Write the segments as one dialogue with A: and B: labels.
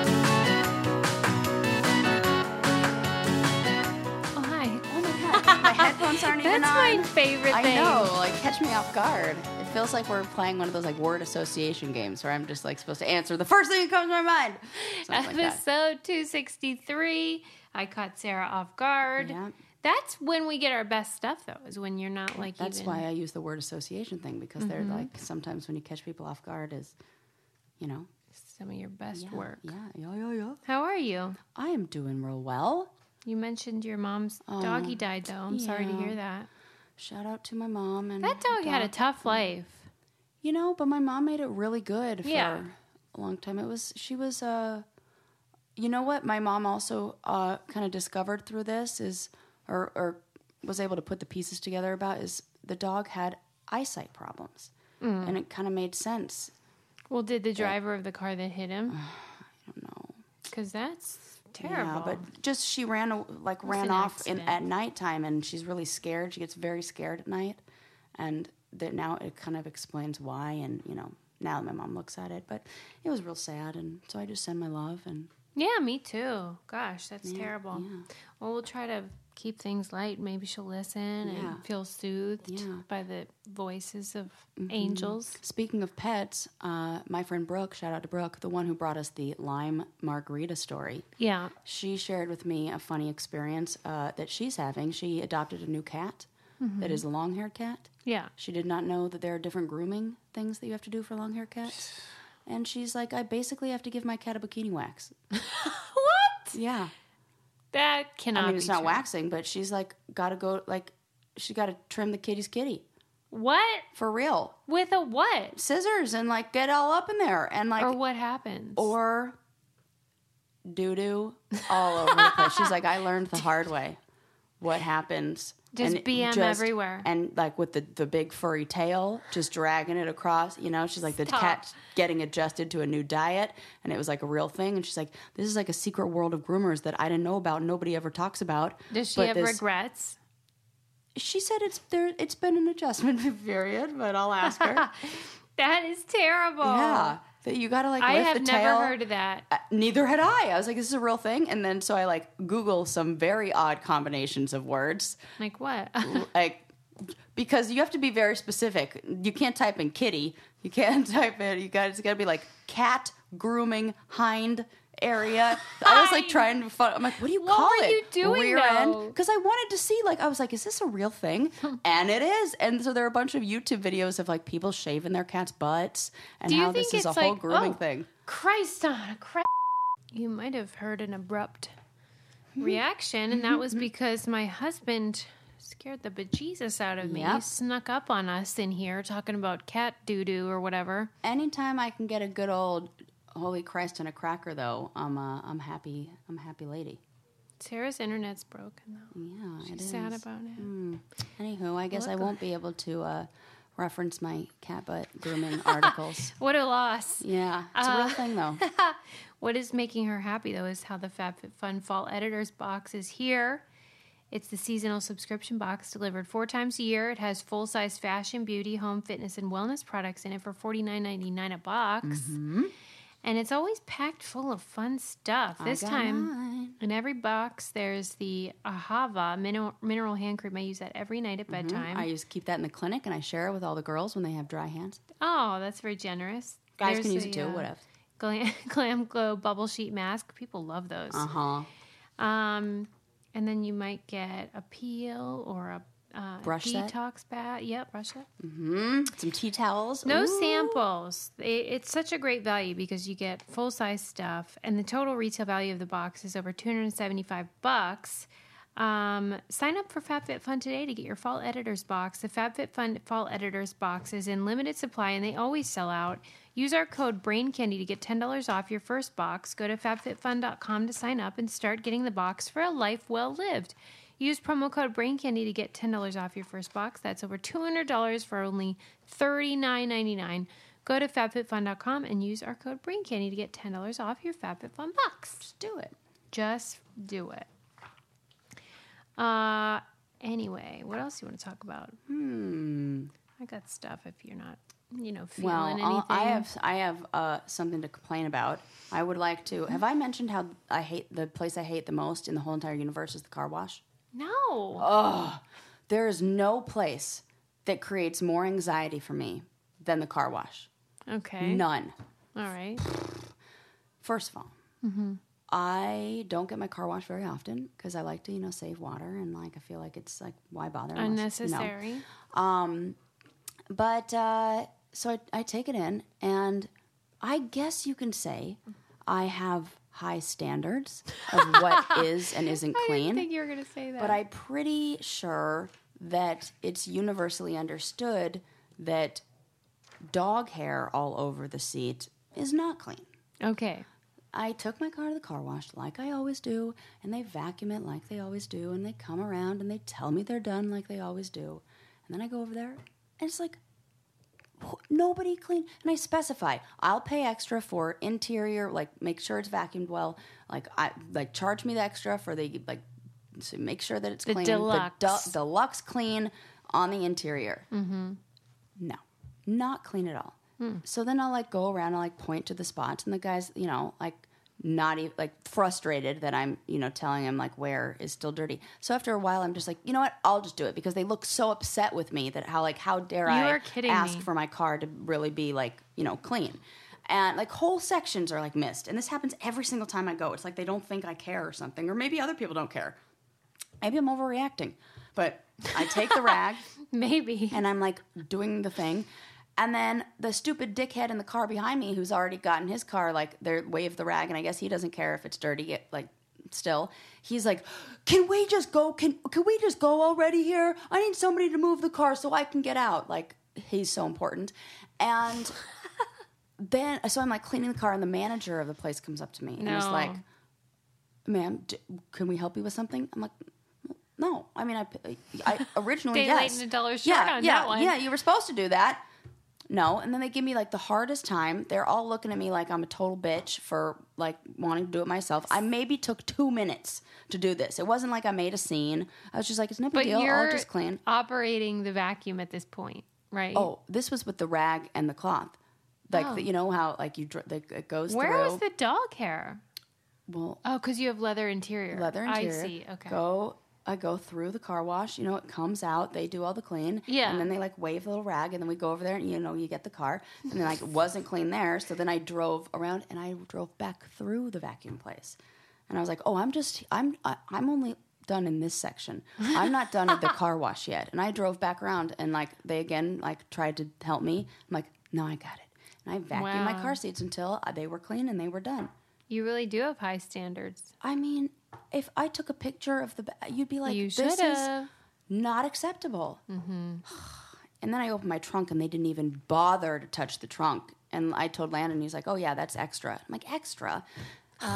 A: Oh going
B: Oh, That's
A: on.
B: my favorite
A: I
B: thing.
A: know, like catch me off guard. It feels like we're playing one of those like word association games where I'm just like supposed to answer the first thing that comes to my mind. Something like that.
B: Episode 263. I caught Sarah off guard.
A: Yeah.
B: That's when we get our best stuff, though, is when you're not like
A: That's
B: even.
A: why I use the word association thing because they're like sometimes when you catch people off guard is, you know,
B: some of your best
A: yeah,
B: work.
A: Yeah, yeah, yeah, yeah.
B: How are you?
A: I am doing real well.
B: You mentioned your mom's doggy died, though. I'm sorry to
A: Oh, yeah.
B: hear that.
A: Shout out to my mom and
B: That dog had a tough life.
A: You know, but my mom made it really good for
B: Yeah.
A: a long time. It was she was uh you know what my mom also uh kind of discovered through this is or or was able to put the pieces together about is the dog had eyesight problems. And it kind of made sense.
B: Well, did the driver of the car that hit him?
A: I don't know.
B: Because that's terrible.
A: Yeah, but just she ran a- like ran
B: an
A: off in,
B: accident.
A: at nighttime, and she's really scared. She gets very scared at night, and that now it kind of explains why. And you know, now that my mom looks at it, but it was real sad, and so I just send my love and
B: Yeah, me too. Gosh, that's terrible. Well, we'll try to keep things light. Maybe she'll listen
A: Yeah.
B: and feel soothed
A: Yeah. Mm-hmm.
B: by the voices of angels.
A: Speaking of pets, uh, my friend Brooke, shout out to Brooke, the one who brought us the lime margarita story.
B: Yeah.
A: She shared with me a funny experience uh, that she's having. She adopted a new cat
B: Mm-hmm.
A: that is a long haired cat.
B: Yeah.
A: She did not know that there are different grooming things that you have to do for long hair cats. And she's like, I basically have to give my cat a bikini wax.
B: What?
A: Yeah.
B: That cannot
A: I mean,
B: be
A: it's not
B: true.
A: waxing, but she's like, gotta go, like, she gotta trim the kitty's kitty
B: What?
A: for real.
B: With a what?
A: Scissors and like get all up in there and like,
B: Or
A: or,
B: what happens?
A: doo doo all over the place. She's like, I learned the hard way what happens.
B: Just
A: it
B: BM everywhere.
A: And like with the, the big furry tail, just dragging it across. You know, she's like, the
B: Stop.
A: cat's getting adjusted to a new diet. And it was like a real thing. And she's like, this is like a secret world of groomers that I didn't know about. Nobody ever talks about.
B: Does she
A: But
B: have
A: this-
B: regrets?
A: She said it's there. It's been an adjustment period, but I'll ask her.
B: That is terrible.
A: yeah. That you gotta like
B: I
A: lift
B: have
A: the
B: never
A: tail.
B: heard of that.
A: Uh, neither had I. I was like, this is a real thing. And then so I like Google some very odd combinations of words.
B: Like what?
A: like because you have to be very specific. You can't type in kitty. You can't type in you got it's gotta be like cat grooming hind area. I was like
B: Hind.
A: trying to find I'm like, what do you
B: What
A: call
B: were
A: it?
B: you doing,
A: Rear
B: though?
A: Because I wanted to see, like, I was like, is this a real thing? and it is. And so there are a bunch of YouTube videos of like people shaving their cat's butts and
B: Do you
A: how
B: think
A: this is a
B: it's
A: whole
B: like,
A: grooming
B: oh,
A: thing.
B: Christ on a cra You might have heard an abrupt reaction, and that was because my husband scared the bejesus out of me. He
A: Yep.
B: snuck up on us in here talking about cat doo doo or whatever.
A: Anytime I can get a good old holy Christ and a cracker though, I'm uh, I'm happy I'm a happy lady.
B: Sarah's internet's broken though.
A: Yeah, it
B: She's sad
A: is. Mm.
B: about it.
A: Anywho, I guess I won't be able to uh, reference my cat butt grooming articles.
B: What a loss.
A: Yeah, it's
B: Uh,
A: a real thing though.
B: What is making her happy though is how the FabFitFun Fall Editors box is here. It's the seasonal subscription box delivered four times a year. It has full size fashion, beauty, home, fitness, and wellness products in it for $49.99 a box.
A: Mm-hmm.
B: And it's always packed full of fun stuff. This
A: got
B: time,
A: mine.
B: in every box, there's the Ahava mineral, mineral hand cream. I use that every night at bedtime.
A: Mm-hmm. I just keep that in the clinic and I share it with all the girls when they have dry hands.
B: Oh, that's very generous.
A: Guys
B: There's
A: can use
B: the,
A: it too.
B: uh,
A: Whatever.
B: Glam, Glam Glow bubble sheet mask. People love those.
A: Uh huh.
B: Um, and then you might get a peel or a uh,
A: Brush set?
B: detox bath. Yep, brush set.
A: Some tea towels.
B: Mm. No
A: Ooh.
B: samples. It, it's such a great value because you get full size stuff, and the total retail value of the box is over two hundred and seventy five bucks. Um, sign up for FabFitFun today to get your fall editors box. The FabFitFun fall editors box is in limited supply, and they always sell out. Use our code BrainCandy to get ten dollars off your first box. Go to FabFitFun.com to sign up and start getting the box for a life well lived. Use promo code BrainCandy to get $10 off your first box. That's over $200 for only $39.99. Go to FabFitFun.com and use our code BrainCandy to get $10 off your FabFitFun box.
A: Just do it.
B: Just do it. Uh, anyway, what else do you want to talk about? Hmm. I got stuff if you're not, you know, feeling
A: Well,
B: anything.
A: I'll- I have I have uh, something to complain about. I would like to. Have I mentioned how I hate the place I hate the most in the whole entire universe is the car wash?
B: No. Oh.
A: There is no place that creates more anxiety for me than the car wash.
B: Okay.
A: None.
B: All right.
A: First of all,
B: Mm-hmm.
A: I don't get my car washed very often because I like to, you know, save water and like I feel like it's like why bother? unless- no.
B: Unnecessary.
A: But uh, so I, I take it in, and I guess you can say I have high standards of what is and isn't
B: I
A: clean.
B: didn't think you were going to say that.
A: But I'm pretty sure that it's universally understood that dog hair all over the seat is not clean.
B: okay.
A: I took my car to the car wash like I always do, and they vacuum it like they always do, and they come around and they tell me they're done like they always do. And then I go over there, and it's like, wh- nobody clean. And I specify, I'll pay extra for interior, like make sure it's vacuumed well, like I like charge me the extra for the like, so make sure that it's clean, the
B: deluxe.
A: du- deluxe clean on the interior. No, not clean at all.
B: Hmm.
A: So then I'll like go around and like point to the spots, and the guy's, you know, like not even like frustrated that I'm, you know, telling him like where is still dirty. So after a while, I'm just like, you know what, I'll just do it because they look so upset with me that how like how dare
B: You
A: I
B: are kidding
A: ask
B: me.
A: for my car to really be like you know clean. And like whole sections are like missed, and this happens every single time I go. It's like they don't think I care or something, or maybe other people don't care. Maybe I'm overreacting, but I take the rag
B: Maybe.
A: and I'm like doing the thing. And then the stupid dickhead in the car behind me, who's already gotten his car, like they waved the rag, and I guess he doesn't care if it's dirty. It, like still, he's like, "Can we just go? Can can we just go already here? I need somebody to move the car so I can get out." Like he's so important, and then so I'm like cleaning the car, and the manager of the place comes up to me and is
B: No.
A: like, "Ma'am, d- can we help you with something?" I'm like, "No, I mean, I, I originally
B: Day late
A: yes,
B: and a dollar short
A: yeah,
B: on
A: yeah,
B: that one.
A: yeah. You were supposed to do that." No, and then they give me like the hardest time. They're all looking at me like I'm a total bitch for like wanting to do it myself. I maybe took two minutes to do this. It wasn't like I made a scene. I was just like, "It's no big
B: But
A: deal.
B: you're
A: I'll just clean."
B: operating the vacuum at this point, right?
A: Oh, this was with the rag and the cloth. Like
B: Oh.
A: the, you know how like you dr- the, it goes
B: Where
A: through.
B: was the dog hair?
A: well,
B: Oh, because you have leather interior.
A: leather interior.
B: I see. Okay.
A: Go. I go through the car wash. You know, it comes out. They do all the clean.
B: Yeah.
A: And then they like wave the little rag, and then we go over there, and you know, you get the car, and then like it wasn't clean there. So then I drove around, and I drove back through the vacuum place, and I was like, oh, I'm just, I'm, I, I'm only done in this section. I'm not done at the car wash yet. And I drove back around, and like they again like tried to help me. I'm like, no, I got it. And I vacuumed my
B: Wow.
A: car seats until uh, they were clean and they were done.
B: You really do have high standards.
A: I mean, if I took a picture of the, ba- you'd be like,
B: you Mm-hmm.
A: "This
B: should
A: is
B: have.
A: not acceptable." And then I opened my trunk, and they didn't even bother to touch the trunk. And I told Landon, he's like, "Oh yeah, that's extra." I'm like, "Extra?
B: Oh.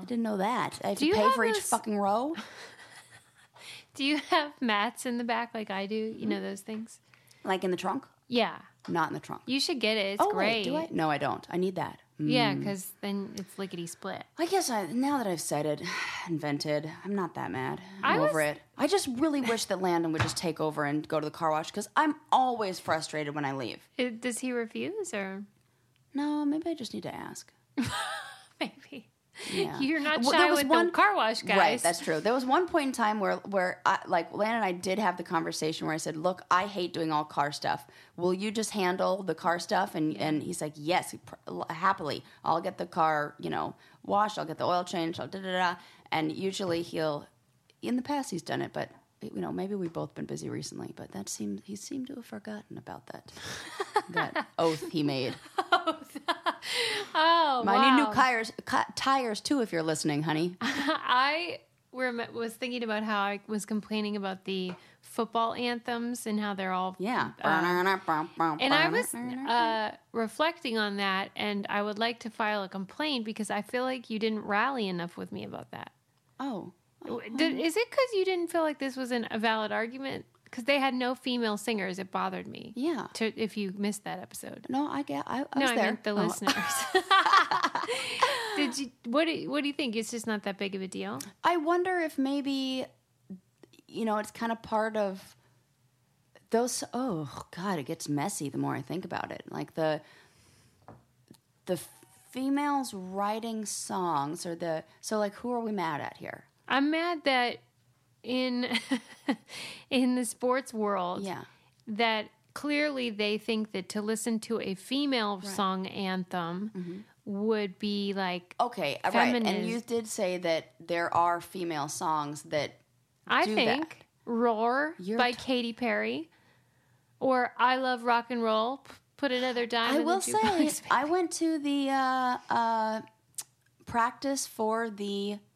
A: I didn't know that. I have
B: you
A: to pay
B: have
A: for each
B: those-
A: fucking row."
B: Do you have mats in the back like I do? You know those things?
A: Like in the trunk?
B: Yeah.
A: Not in the trunk.
B: You should get it. It's
A: oh wait,
B: great.
A: do I? No, I don't. I need that. Mm.
B: Yeah, because then it's lickety split.
A: I guess I now that I've said it, invented, I'm not that mad. I'm
B: I was-
A: over it. I just really wish that Landon would just take over and go to the car wash because I'm always frustrated when I leave.
B: It, does he refuse or
A: No, maybe I just need to ask.
B: maybe?
A: Yeah.
B: You're not shy
A: Well, there was
B: with
A: one-
B: the car wash guys.
A: Right, that's true. There was one point in time where where I, like Lan and I did have the conversation where I said, "Look, I hate doing all car stuff. Will you just handle the car stuff?" And and he's like, "Yes, pr- happily. I'll get the car, you know, washed. I'll get the oil changed. I'll da da da." And usually he'll, in the past, he's done it, but you know, maybe we've both been busy recently. But that seemed he seemed to have forgotten about that that oath he made.
B: oh,
A: I
B: wow.
A: need new tires, ki- tires too. If you're listening, honey.
B: I rem- was thinking about how I was complaining about the football anthems and how they're all uh,
A: Yeah.
B: And I was uh, reflecting on that, and I would like to file a complaint because I feel like you didn't rally enough with me about that.
A: oh,
B: Did, is it because you didn't feel like this was an, a valid argument? Because they had no female singers, it bothered me.
A: Yeah.
B: To, if you missed that episode,
A: no, I get. I, I
B: no,
A: was
B: I
A: there.
B: meant the
A: Oh,
B: listeners. Did you? What do, What do you think? It's just not that big of a deal.
A: I wonder if maybe, you know, it's kind of part of those. Oh God, it gets messy the more I think about it. Like the the females writing songs or the so like who are we mad at here?
B: I'm mad that in in the sports world
A: Yeah.
B: that clearly they think that to listen to a female song anthem
A: Mm-hmm.
B: would be like
A: Okay, uh, right. And you
B: Feminist.
A: did say that there are female songs that
B: I
A: do that.
B: think Roar
A: You're
B: by
A: t-
B: Katy Perry or I Love Rock and Roll p- put another dime
A: I
B: in the
A: will say
B: jukebox.
A: I went to the uh, uh, practice for the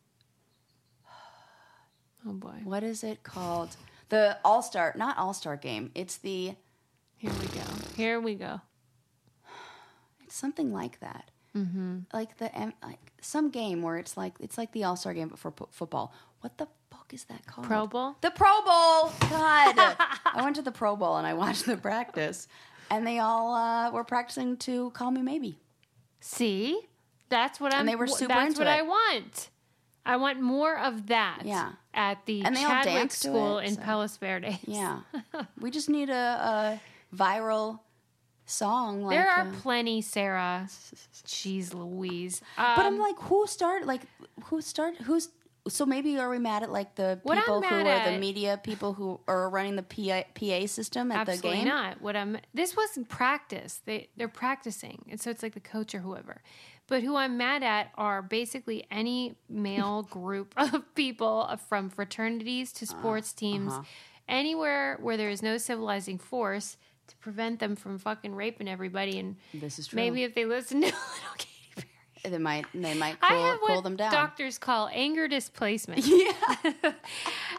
B: oh boy
A: what is it called? The All Star, not All Star game. It's the
B: here we go here we go
A: it's something like that. Mm-hmm. Like the M- like some game where it's like it's like the All Star game but for po- football. What the fuck is that called?
B: Pro Bowl
A: The Pro Bowl. God, I went to the Pro Bowl and I watched the practice, and they all uh, were practicing to "Call Me Maybe."
B: See, that's what I'm.
A: they were
B: wh-
A: super
B: That's
A: into
B: what
A: it.
B: I want. I want more of that.
A: Yeah.
B: At the
A: And they all
B: Chadwick
A: danced to
B: School
A: it,
B: in
A: so-
B: Palos Verdes.
A: Yeah, we just need a, a viral song. Like
B: There are
A: uh,
B: plenty, Sarah. Jeez, Louise. Um,
A: but I'm like, who started? Like, who started? Who's so maybe are we mad at like the
B: What I'm
A: people who
B: mad
A: are the
B: at-
A: media people who are running the PA, PA system at the
B: absolutely
A: game?
B: not. What I'm. This was practice. They they're practicing, and so it's like the coach or whoever. But who I'm mad at are basically any male group of people from fraternities to
A: Uh-huh.
B: sports teams, anywhere where there is no civilizing force to prevent them from fucking raping everybody and
A: This is true.
B: Maybe if they listen to Little Katy Perry.
A: they might they might cool,
B: I have
A: cool
B: what
A: them down.
B: doctors call anger displacement. Yeah.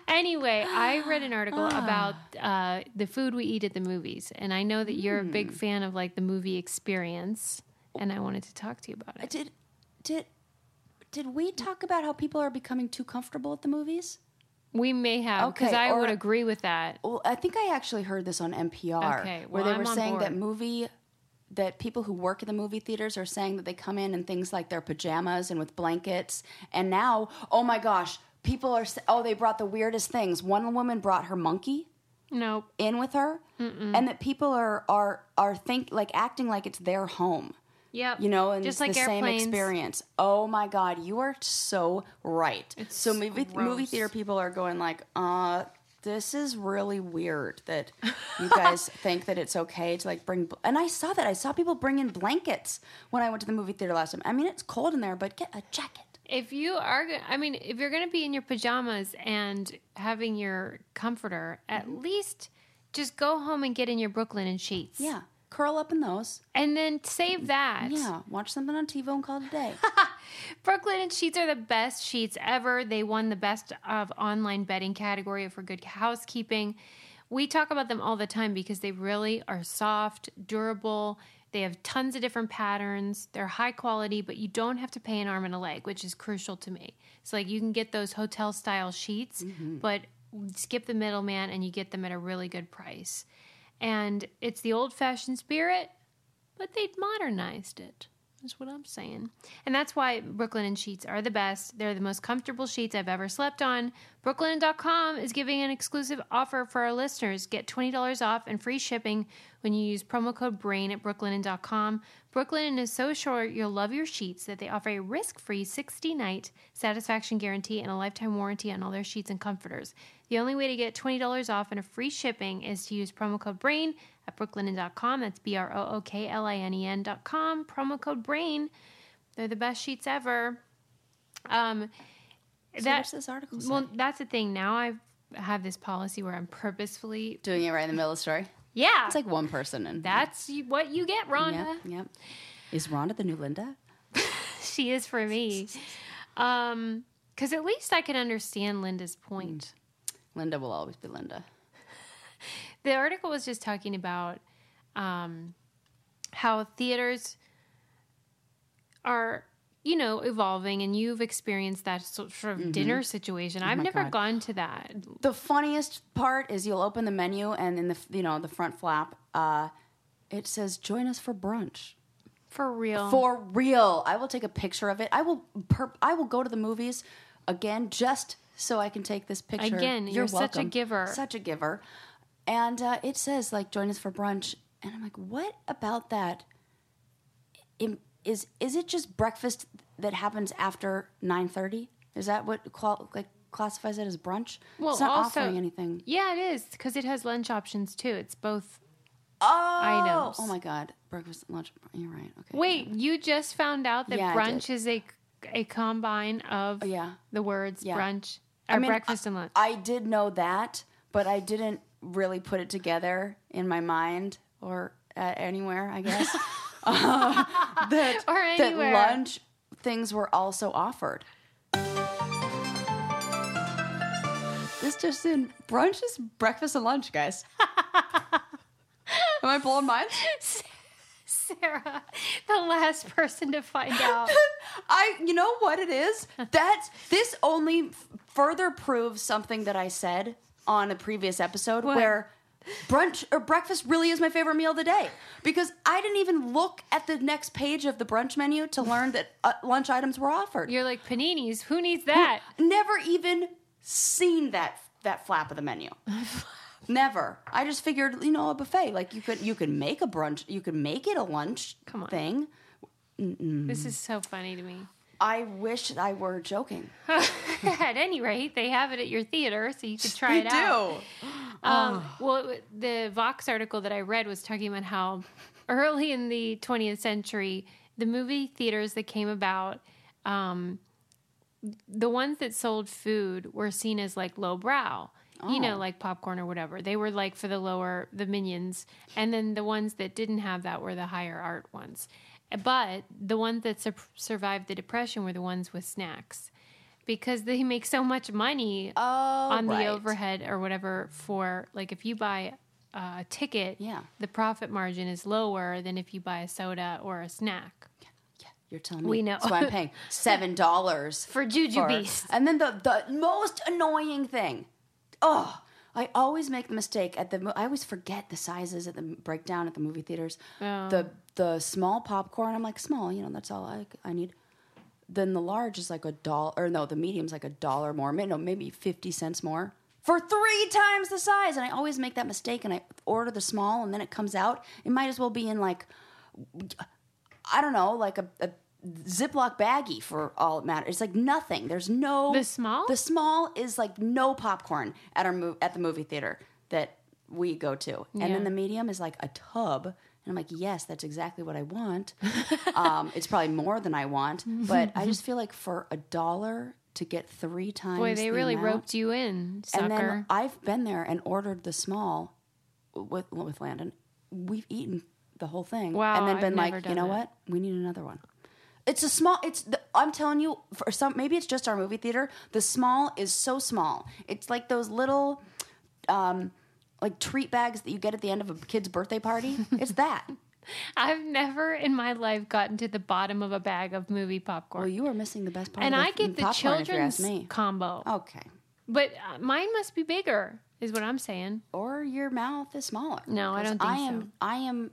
B: anyway, I read an article
A: Ah.
B: about uh, the food we eat at the movies, and I know that you're a
A: Hmm.
B: big fan of like the movie experience, and I wanted to talk to you about it.
A: did did did we talk about how people are becoming too comfortable at the movies?
B: We may have because
A: Okay,
B: I
A: or-
B: would agree with that.
A: Well, I think I actually heard this on NPR
B: Okay, well,
A: where they
B: I'm
A: were
B: on
A: saying that
B: board.
A: movie that people who work in the movie theaters are saying that they come in in things like their pajamas and with blankets and now oh my gosh people are s- oh they brought the weirdest things one woman brought her monkey
B: Nope.
A: in with her and that people are are are think like acting like it's their home
B: Yep.
A: you know, and
B: just
A: it's
B: like
A: the
B: airplanes.
A: same experience. Oh my God, you are so right. so movie movie
B: gross.
A: theater people are going like, uh, this is really weird that you guys think that it's okay to like bring. bl- And I saw that I saw people bring in blankets when I went to the movie theater last time. I mean, it's cold in there, but get a jacket.
B: If you are, go- I mean, if you're going to be in your pajamas and having your comforter, at
A: Mm-hmm.
B: least just go home and get in your Brooklyn and sheets.
A: Yeah, curl up in those.
B: And then save that.
A: Yeah, watch something on TiVo and call it a day.
B: Brooklyn and sheets are the best sheets ever. They won the best of online betting category for good housekeeping. We talk about them all the time because they really are soft, durable. They have tons of different patterns. They're high quality, but you don't have to pay an arm and a leg, which is crucial to me. So like you can get those hotel style sheets, but skip the middleman and you get them at a really good price. And it's the old fashioned spirit but they modernized it. That's what I'm saying. And that's why Brooklyn and Sheets are the best. They're the most comfortable sheets I've ever slept on. Brooklyn.com is giving an exclusive offer for our listeners. Get $20 off and free shipping when you use promo code BRAIN at Brooklyn.com. Brooklyn is so sure you'll love your sheets that they offer a risk free 60 night satisfaction guarantee and a lifetime warranty on all their sheets and comforters. The only way to get $20 off and a free shipping is to use promo code BRAIN at brooklinen.com. That's B R O O K L I N E N.com. Promo code BRAIN. They're the best sheets ever. Um,
A: what's this article say?
B: Well, that's the thing. Now I have this policy where I'm purposefully.
A: Doing it right in the middle of the story.
B: Yeah.
A: It's like one person and
B: that's you- what you get, Rhonda.
A: Yep, yep. Is Rhonda the new Linda?
B: she is for me. Um, because at least I can understand Linda's
A: Mm.
B: point.
A: Linda will always be Linda.
B: The article was just talking about um, how theaters are, you know, evolving, and you've experienced that so- sort of dinner situation. I've never
A: Mm-hmm. Oh God.
B: gone to that.
A: the funniest part is you'll open the menu and in the you know the front flap uh, it says join us for brunch
B: For real.
A: for real i will take a picture of it i will per- i will go to the movies again just so i can take this picture
B: Again, you're such a giver.
A: such a giver and uh, it says like join us for brunch and i'm like what about that im- is is it just breakfast that happens after 9:30 is that what qual- like classifies it as brunch.
B: Well,
A: it's not
B: also-
A: offering anything.
B: Yeah, it is because it has lunch options too. It's both.
A: Oh,
B: Items.
A: Oh my God, breakfast, lunch. You're right. Okay.
B: Wait, you just found out that
A: Yeah, I Oh,
B: brunch is a a combine of
A: yeah.
B: the words
A: Yeah.
B: brunch, or
A: mean,
B: breakfast and lunch.
A: I did know that, but I didn't really put it together in my mind or uh, anywhere, I guess. uh, that,
B: Or anywhere.
A: that lunch things were also offered. This just in brunch is breakfast and lunch, guys. Am I blowing mine?
B: Sarah, the last person to find out.
A: I, you know what it is? That's this only f- further proves something that I said on a previous episode where brunch or breakfast really is my favorite meal of the day because I didn't even look at the next page of the brunch menu to learn that uh, lunch items were offered.
B: You're like paninis. Who needs that?
A: Never even seen that that flap of the menu. Never. I just figured, you know, a buffet like you could you could make a brunch, you could make it a lunch
B: Come on.
A: thing.
B: This is so funny to me.
A: I wish I were joking.
B: at any rate, they have it at your theater, so you could try it out. Um, well, it- the Vox article that I read was talking about how early in the 20th century, the movie theaters that came about, um, the ones that sold food were seen as like lowbrow, you know, like popcorn or whatever. They were like for the lower, the minions. And then the ones that didn't have that were the higher art ones. But the ones that sur- survived the Depression were the ones with snacks because they make so much money
A: Oh,
B: on
A: right.
B: the overhead or whatever for like if you buy uh, a ticket,
A: Yeah.
B: the profit margin is lower than if you buy a soda or a snack.
A: Yeah, you're telling me.
B: We know.
A: That's why I'm paying seven dollars
B: For Juju Beast.
A: And then the the most annoying thing. Oh, I always make the mistake at the. mo- I always forget the sizes at the m- breakdown at the movie theaters.
B: Oh.
A: The the small popcorn. I'm like small. You know, that's all I I need. Then the large is like a dollar, or no, the medium's like a dollar more. May- No, maybe fifty cents more for three times the size. And I always make that mistake, and I order the small, and then it comes out. It might as well be in like I don't know, like a, a Ziploc baggie for all it matters. It's like nothing. There's no
B: The small?
A: The small is like no popcorn at our mo- at the movie theater that we go to, and
B: Yeah.
A: then the medium is like a tub. And I'm like, yes, that's exactly what I want. um, it's probably more than I want, but I just feel like for a dollar to get three times.
B: Boy, they
A: the
B: really
A: amount-
B: roped you in, sucker.
A: and then I've been there and ordered the small with with Landon. We've eaten the whole thing.
B: Wow,
A: And then
B: I've
A: been
B: never
A: like,
B: done
A: you know
B: that.
A: what? We need another one. It's a small. It's the, I'm telling you, for some maybe it's just our movie theater. The small is so small. It's like those little, um, like treat bags that you get at the end of a kid's birthday party. It's that.
B: I've never in my life gotten to the bottom of a bag of movie popcorn.
A: well, you are missing the best part.
B: and
A: of
B: I
A: f-
B: get the
A: popcorn, if you ask
B: children's
A: me. Oh.
B: combo.
A: Okay.
B: But uh, mine must be bigger, is what I'm saying.
A: or your mouth is smaller.
B: No, I
A: 'Cause
B: don't think
A: I am.
B: so.
A: I am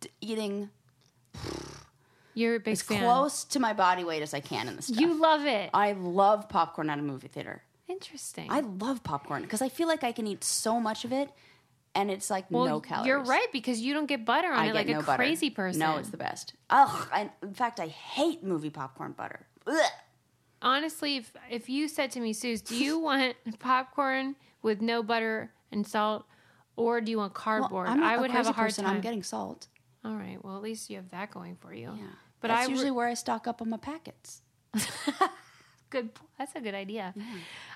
A: d- eating
B: You're a big
A: as
B: fan.
A: close to my body weight as I can in this stuff.
B: You love it.
A: I love popcorn at a movie theater.
B: Interesting.
A: I love popcorn because I feel like I can eat so much of it, and it's like no calories.
B: You're right because you don't get butter on
A: I
B: it
A: get
B: like
A: no
B: a
A: butter.
B: crazy person.
A: No, it's the best. Ugh. I, in fact, I hate movie popcorn butter. Ugh.
B: honestly, if if you said to me, Suze, do you want popcorn with no butter and salt, or do you want
A: Well,
B: cardboard?
A: I'm not
B: I would have
A: crazy
B: a hard
A: person.
B: time.
A: I'm getting salt.
B: All right, well at least you have that going for you.
A: Yeah,
B: but
A: that's
B: I
A: usually
B: usually
A: where I stock up on my packets.
B: good. That's a good idea.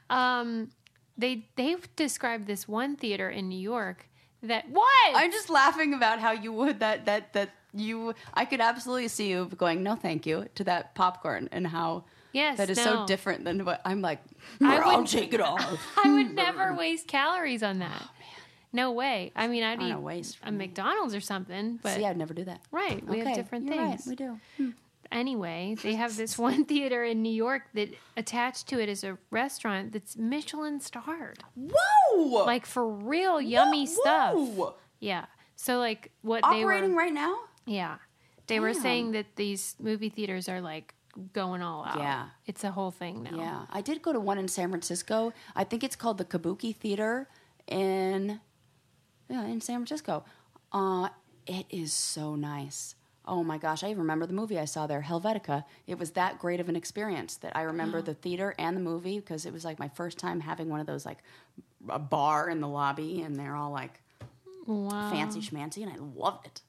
B: Um, they they described this one theater in New York that what
A: I'm just laughing about how you would that that that you. I could absolutely see you going no, thank you to that popcorn and how.
B: yes
A: That is
B: no.
A: so different than what I'm like.
B: I
A: I'll
B: would-
A: take it all.
B: I would never waste calories on that.
A: Oh,
B: No way. I mean, I'd
A: I
B: eat
A: don't waste
B: a McDonald's or something, but
A: See, I'd never do that.
B: Right. We have different
A: you're right,
B: things.
A: we do.
B: Anyway, they have this one theater in New York that attached to it is a restaurant that's Michelin starred.
A: Oh. Whoa!
B: Like for real yummy stuff. Yeah. So like what they
A: Operating
B: were
A: right now?
B: Yeah. They were
A: Damn.
B: saying that these movie theaters are like going all out.
A: Yeah.
B: It's a whole thing now.
A: Yeah, I did go to one in San Francisco. I think it's called the Kabuki Theater in yeah in San Francisco. Uh, it is so nice. Oh my gosh, I even remember the movie I saw there, Helvetica. It was that great of an experience that I remember the theater and the movie because it was like my first time having one of those like a bar in the lobby and they're all like
B: Wow.
A: fancy schmancy and I love it.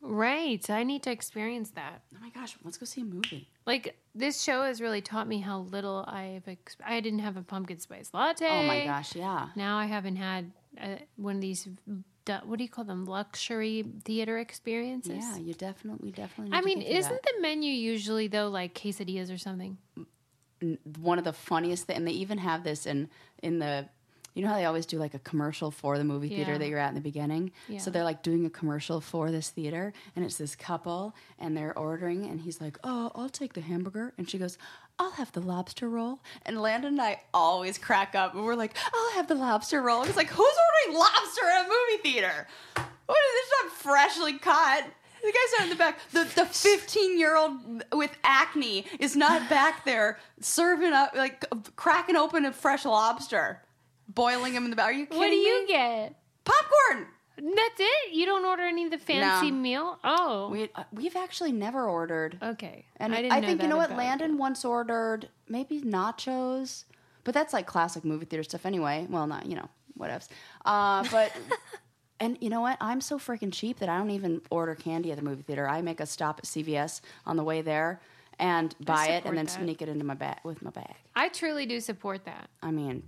B: Right. I need to experience that.
A: Oh my gosh, let's go see a movie.
B: Like this show has really taught me how little I've. Ex- I didn't have a pumpkin spice latte.
A: Oh my gosh, yeah.
B: Now I haven't had uh, one of these. du- What do you call them? Luxury theater experiences.
A: Yeah, you definitely definitely need
B: I
A: to
B: mean,
A: go through that.
B: isn't the menu usually though like quesadillas or something?
A: one of the funniest thing and they even have this in in the you know how they always do like a commercial for the movie theater
B: Yeah.
A: that you're at in the beginning
B: Yeah.
A: so they're like doing a commercial for this theater and it's this couple and they're ordering and he's like oh i'll take the hamburger and she goes i'll have the lobster roll and landon and i always crack up and we're like i'll have the lobster roll and he's like who's ordering lobster at a movie theater what is this not freshly caught the guy's out in the back. The the fifteen year old with acne is not back there serving up like cracking open a fresh lobster, boiling him in the back. Are you kidding
B: What do
A: me?
B: you get?
A: Popcorn.
B: That's it. You don't order any of the fancy
A: No.
B: meal. Oh,
A: We uh, we've actually never ordered,
B: okay.
A: and I,
B: Oh, didn't know
A: think
B: that
A: you know what
B: about-
A: Landon once ordered maybe nachos, but that's like classic movie theater stuff anyway. Well, not you know whatevs, uh, but. And you know what? I'm so freaking cheap that I don't even order candy at the movie theater. I make a stop at CVS on the way there and buy it
B: support
A: and then
B: that.
A: sneak it into my bag with my bag.
B: I truly do support that.
A: I mean,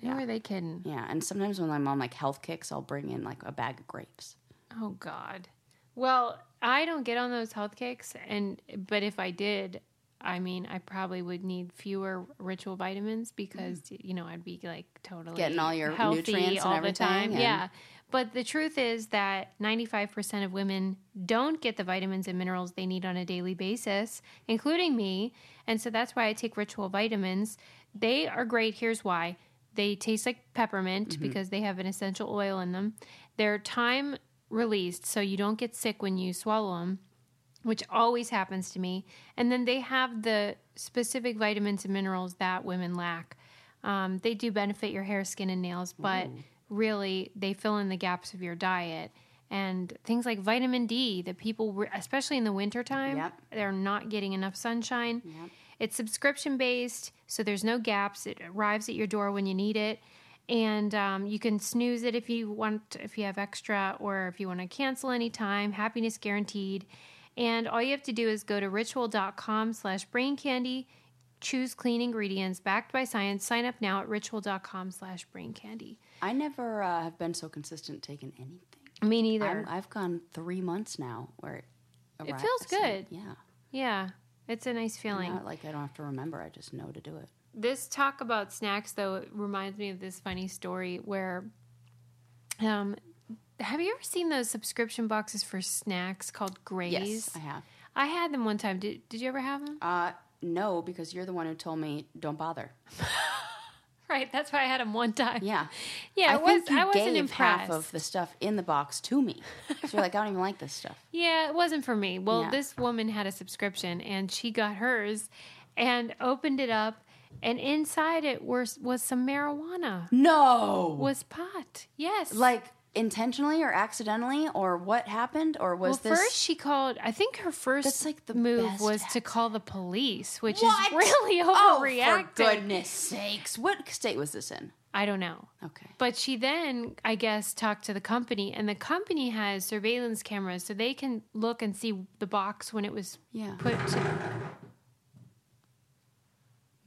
B: Who are they kidding?
A: yeah. And sometimes when I'm on like health kicks, I'll bring in like a bag of grapes.
B: Oh God. Well, I don't get on those health cakes, and but if I did, I mean, I probably would need fewer ritual vitamins because you know I'd be like totally
A: Mm. Getting all your nutrients and
B: all
A: everything,
B: the time.
A: and-
B: Yeah. But the truth is that 95% of women don't get the vitamins and minerals they need on a daily basis, including me. And so that's why I take ritual vitamins. They are great. Here's why they taste like peppermint because they have an essential oil in them. They're time released, so you don't get sick when you swallow them which always happens to me. And then they have the specific vitamins and minerals that women lack. Um, they do benefit your hair, skin, and nails, but really they fill in the gaps of your diet. And things like vitamin D that people, re- especially in the wintertime,
A: Yep.
B: they're not getting enough sunshine. It's subscription based, so there's no gaps. It arrives at your door when you need it. And um, you can snooze it if you want, if you have extra, or if you want to cancel anytime. Happiness guaranteed. And all you have to do is go to ritual.com slash brain candy, choose clean ingredients backed by science. Sign up now at ritual.com slash brain candy.
A: I never uh, have been so consistent taking anything.
B: Me neither.
A: I'm, uh, I've gone three months now where it, arrives
B: feels
A: and-
B: good.
A: Yeah,
B: yeah, it's a nice feeling.
A: not like I don't have to remember. I just know to do it.
B: this talk about snacks though reminds me of this funny story where um have you ever seen those subscription boxes for snacks called Grays?
A: Yes, I have.
B: I had them one time. Did, did you ever have them?
A: Uh, no, because you're the one who told me don't bother.
B: Right, that's why I had them one time.
A: Yeah,
B: Yeah,
A: I
B: it was
A: think you
B: I wasn't
A: gave
B: impressed.
A: half of the stuff in the box to me. So you're like, I don't even like this stuff.
B: Yeah, it wasn't for me. Well,
A: Yeah.
B: this woman had a subscription and she got hers and opened it up and inside it was was some marijuana.
A: No,
B: Was pot. Yes.
A: like intentionally or accidentally or what happened or was
B: well,
A: this?
B: first she called. I think her first
A: That's, like, the
B: move
A: best
B: was to
A: tactic.
B: call the police, which is
A: What?
B: really
A: Oh,
B: overreacting.
A: for goodness sakes! What state was this in?
B: I don't know.
A: Okay.
B: But she then, I guess, talked to the company, and the company has surveillance cameras, so they can look and see the box when it was
A: Yeah.
B: put. To,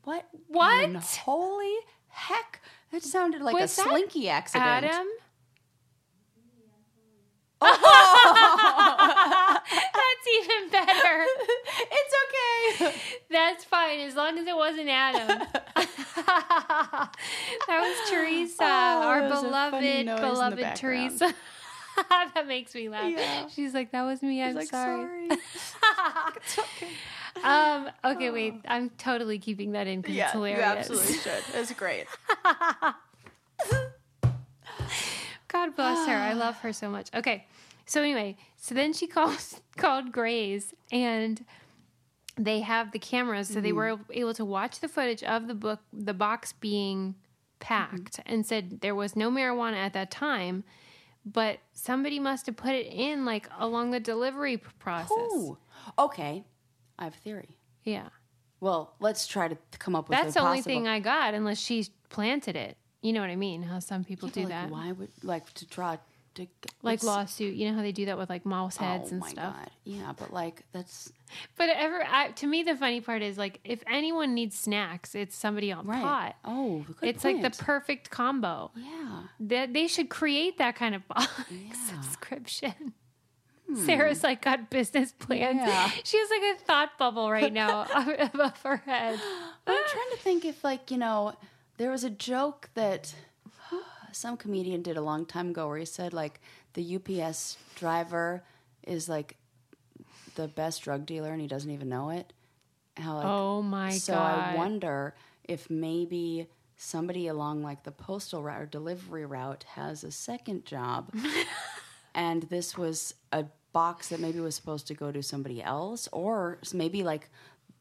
A: What?
B: What?
A: in holy heck! That sounded like
B: Was
A: a
B: that
A: slinky accident.
B: Adam.
A: Oh.
B: That's even better.
A: It's okay.
B: That's fine as long as it wasn't Adam. that was Teresa, our
A: that was Oh, a funny
B: beloved,
A: noise in the
B: beloved
A: background.
B: Teresa. that makes me laugh.
A: Yeah.
B: She's like, "That was me. I'm
A: He's like,
B: sorry."
A: sorry.
B: Um, okay, wait. I'm totally keeping that in because
A: Oh. Yeah,
B: it's hilarious.
A: you absolutely should. It's great.
B: God bless her. I love her so much. Okay. So anyway, so then she calls called Grays and they have the cameras so they
A: Mm-hmm.
B: were able to watch the footage of the book
A: Mm-hmm.
B: the box being packed and said there was no marijuana at that time but somebody must have put it in like along the delivery p- process.
A: Ooh. Okay. I have a theory.
B: Yeah.
A: Well, let's try to come up with
B: That's
A: a
B: the only
A: possible-
B: thing I got unless she planted it. You know what I mean? How some people
A: Yeah,
B: do
A: like,
B: that.
A: Why would like to draw to,
B: Like lawsuit, you know how they do that with like mouse heads
A: oh
B: and
A: my
B: stuff.
A: God. Yeah, but like that's
B: But ever I, to me, the funny part is like if anyone needs snacks, it's somebody on
A: right.
B: pot.
A: Oh, good
B: it's like the
A: point.
B: perfect combo.
A: yeah.
B: That they should create that kind of box
A: Yeah. Hmm.
B: subscription. Sarah's like got business plans.
A: Yeah.
B: She has like a thought bubble right now above her head.
A: I'm trying to think if, like, you know, there was a joke that some comedian did a long time ago where he said, like, the UPS driver is, like, the best drug dealer and he doesn't even know it. How, like,
B: Oh my
A: so
B: god!
A: I wonder if maybe somebody along, like, the postal route or delivery route has a second job and this was a box that maybe was supposed to go to somebody else or s- maybe like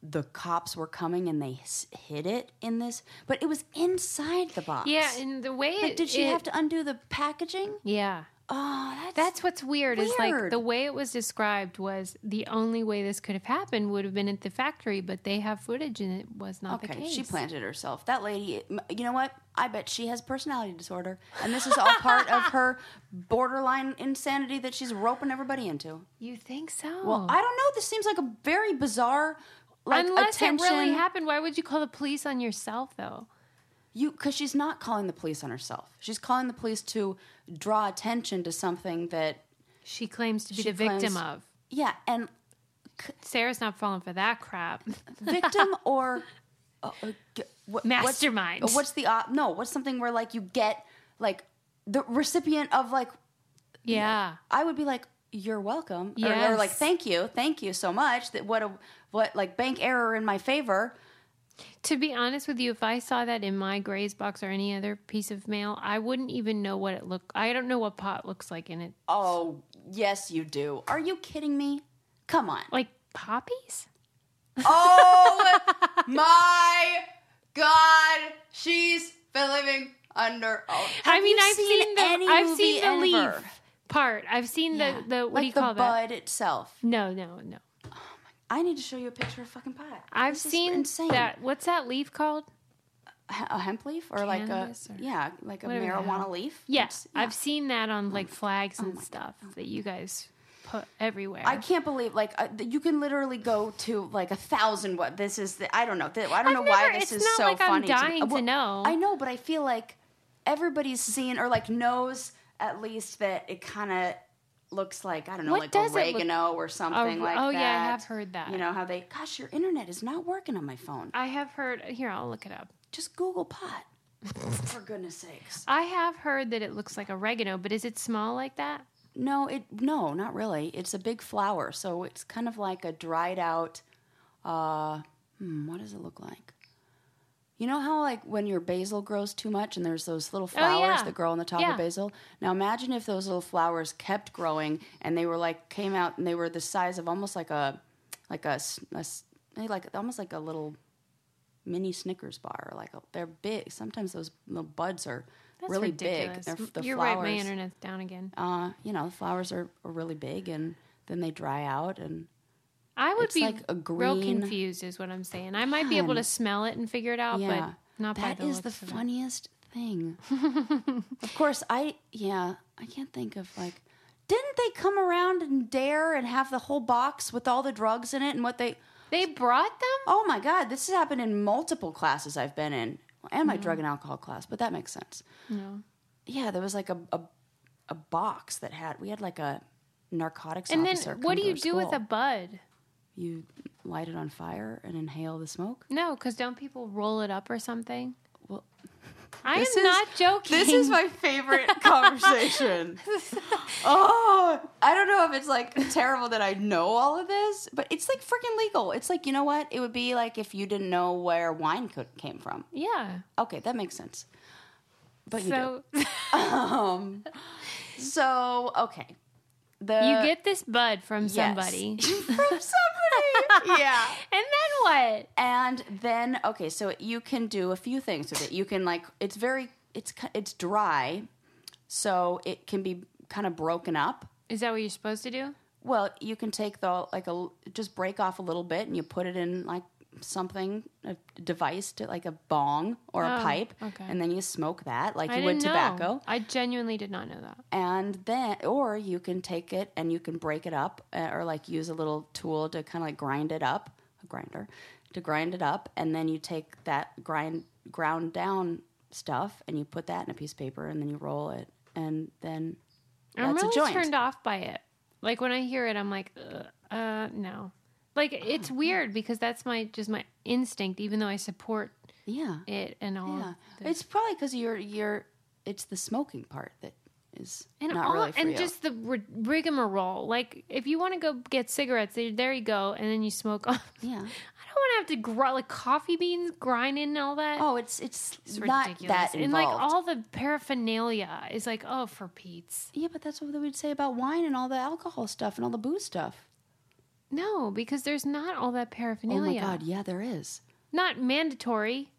A: the cops were coming and they s- hid it in this but it was inside the box
B: yeah, and the way
A: like
B: it,
A: did she
B: it-
A: have to undo the packaging
B: Yeah,
A: oh that's,
B: that's what's weird, Is like
A: Weird.
B: the way it was described was the only way this could have happened would have been at the factory, but they have footage and it was not the
A: okay
B: case.
A: she planted herself that lady m- you know what i bet she has personality disorder and this is all part of her borderline insanity that she's roping everybody into
B: You think so?
A: well i don't know this seems like a very bizarre like
B: Unless
A: attention.
B: it really happened, why would you call the police on yourself though?
A: You, because she's not calling the police on herself. She's calling the police to draw attention to something that,
B: She claims to be
A: She
B: the victim
A: claims-
B: of.
A: yeah, and
B: Sarah's not falling for that crap.
A: victim or uh, uh, g- what- what's-
B: Mastermind.
A: What's, the op- no? What's something where like you get like the recipient of like
B: Yeah.
A: I would be like you're welcome or- or,
B: Yes.
A: like thank you, thank you so much. That what a what like bank error in my favor.
B: To be honest with you, if I saw that in my Gray's box or any other piece of mail, I wouldn't even know what it looked. I don't know what pot looks like in it.
A: Oh yes, you do. Are you kidding me? Come on.
B: Like poppies?
A: Oh my God, she's living under. Oh.
B: I mean, I've seen, the I've seen the
A: ever?
B: leaf part. I've seen the the what
A: like
B: do you
A: the
B: call that?
A: bud itself.
B: No, no, no.
A: I need to show you a picture of fucking pot.
B: I've
A: This is
B: seen
A: insane.
B: that. What's that leaf called?
A: H- a hemp leaf or like a
B: Cannabis or-
A: yeah, like a
B: Whatever the
A: marijuana
B: hell.
A: leaf.
B: Yes,
A: It's- yeah. Oh
B: I've seen that on like flags and stuff that you guys put everywhere.
A: I can't believe like uh, th- you can literally go to like a thousand. What this is? The, I don't know. Th- I don't
B: I've
A: know why
B: never-
A: this
B: it's
A: is
B: not
A: so
B: like I'm
A: funny. Uh,
B: dying to know.
A: I know, but I feel like everybody's seen or like knows at least that it kind of looks like I don't know,
B: What
A: like
B: does it look-
A: oregano or something
B: Oh,
A: like
B: oh,
A: that.
B: yeah, I have heard that.
A: You know how they? Gosh, your internet is not working on my phone.
B: I have heard. Here, I'll look it up.
A: Just Google pot. For goodness sakes.
B: I have heard that it looks like oregano, but is it small like that?
A: No, it no, not really. It's a big flower, so it's kind of like a dried out. Uh, hmm, what does it look like? You know how like when your basil grows too much and there's those little flowers
B: Oh, yeah.
A: that grow on the top
B: Yeah.
A: of basil. Now imagine if those little flowers kept growing and they were like came out and they were the size of almost like a like a, s- a s- they like almost like a little mini Snickers bar. Like a, they're big. Sometimes those little buds are
B: That's
A: really
B: ridiculous.
A: big. They're, f- the
B: You're
A: flowers
B: right. My internet's down again.
A: uh, you know, flowers are, are really big and then they dry out and
B: I would
A: it's
B: be
A: like a
B: real
A: green-
B: confused, is what I'm saying. I might be able to smell it and figure it out,
A: yeah.
B: but not
A: that
B: by the
A: is the
B: looks of it.
A: funniest thing. of course, I yeah, I can't think of like didn't they come around and dare and have the whole box with all the drugs in it and what they
B: They brought them.
A: Oh my god, this has happened in multiple classes I've been in. And
B: Mm-hmm.
A: my drug and alcohol class, but that makes sense.
B: No.
A: Yeah, there was like a a, a box that had we had like a narcotics
B: And then,
A: officer. come
B: what do
A: to
B: you
A: our
B: do with
A: school.
B: a bud?
A: you light it on fire and inhale the smoke?
B: No, because don't people roll it up or something?
A: Well,
B: I am
A: This is-
B: not joking.
A: This is my favorite conversation. oh, I don't know if it's like terrible that I know all of this, but it's like freaking legal. It's like, you know what? It would be like if you didn't know where wine co- came from.
B: yeah.
A: Okay, that makes sense. But you so,
B: So
A: um, so okay. The
B: you get this bud from
A: yes.
B: somebody,
A: from somebody. yeah.
B: and then what?
A: And then okay, so you can do a few things with it. You can like it's very it's ki- it's dry, so it can be kind of broken up.
B: Is that what you're supposed to do?
A: Well, you can take the like a just break off a little bit and you put it in like something a device to like a bong or a
B: Oh,
A: pipe
B: okay.
A: and then you smoke that like
B: I
A: you would
B: didn't know.
A: tobacco
B: I genuinely did not know that.
A: and then or you can take it and you can break it up uh, or like use a little tool to kind of like grind it up a grinder to grind it up and then you take that grind ground down stuff and you put that in a piece of paper and then you roll it and then
B: I'm
A: that's
B: really
A: a joint
B: turned off by it. Like when I hear it, I'm like, "Ugh, uh, no. Like it's weird because that's my just my instinct, even though I support
A: yeah
B: it and all.
A: yeah
B: of Oh, the-
A: it's probably because you're you're it's the smoking part that is
B: and
A: not
B: all,
A: really for
B: and
A: you.
B: just the ri- rigmarole. Like if you want to go get cigarettes, there, there you go, and then you smoke off.
A: yeah
B: I don't want to have to grind like coffee beans grinding and all that.
A: Oh, it's it's,
B: it's
A: not
B: ridiculous.
A: that involved.
B: and like all the paraphernalia is like, oh, for Pete's.
A: yeah, but that's what they would say about wine and all the alcohol stuff and all the booze stuff.
B: No, because there's not all that
A: Oh my
B: paraphernalia.
A: god, yeah, there is.
B: Not mandatory.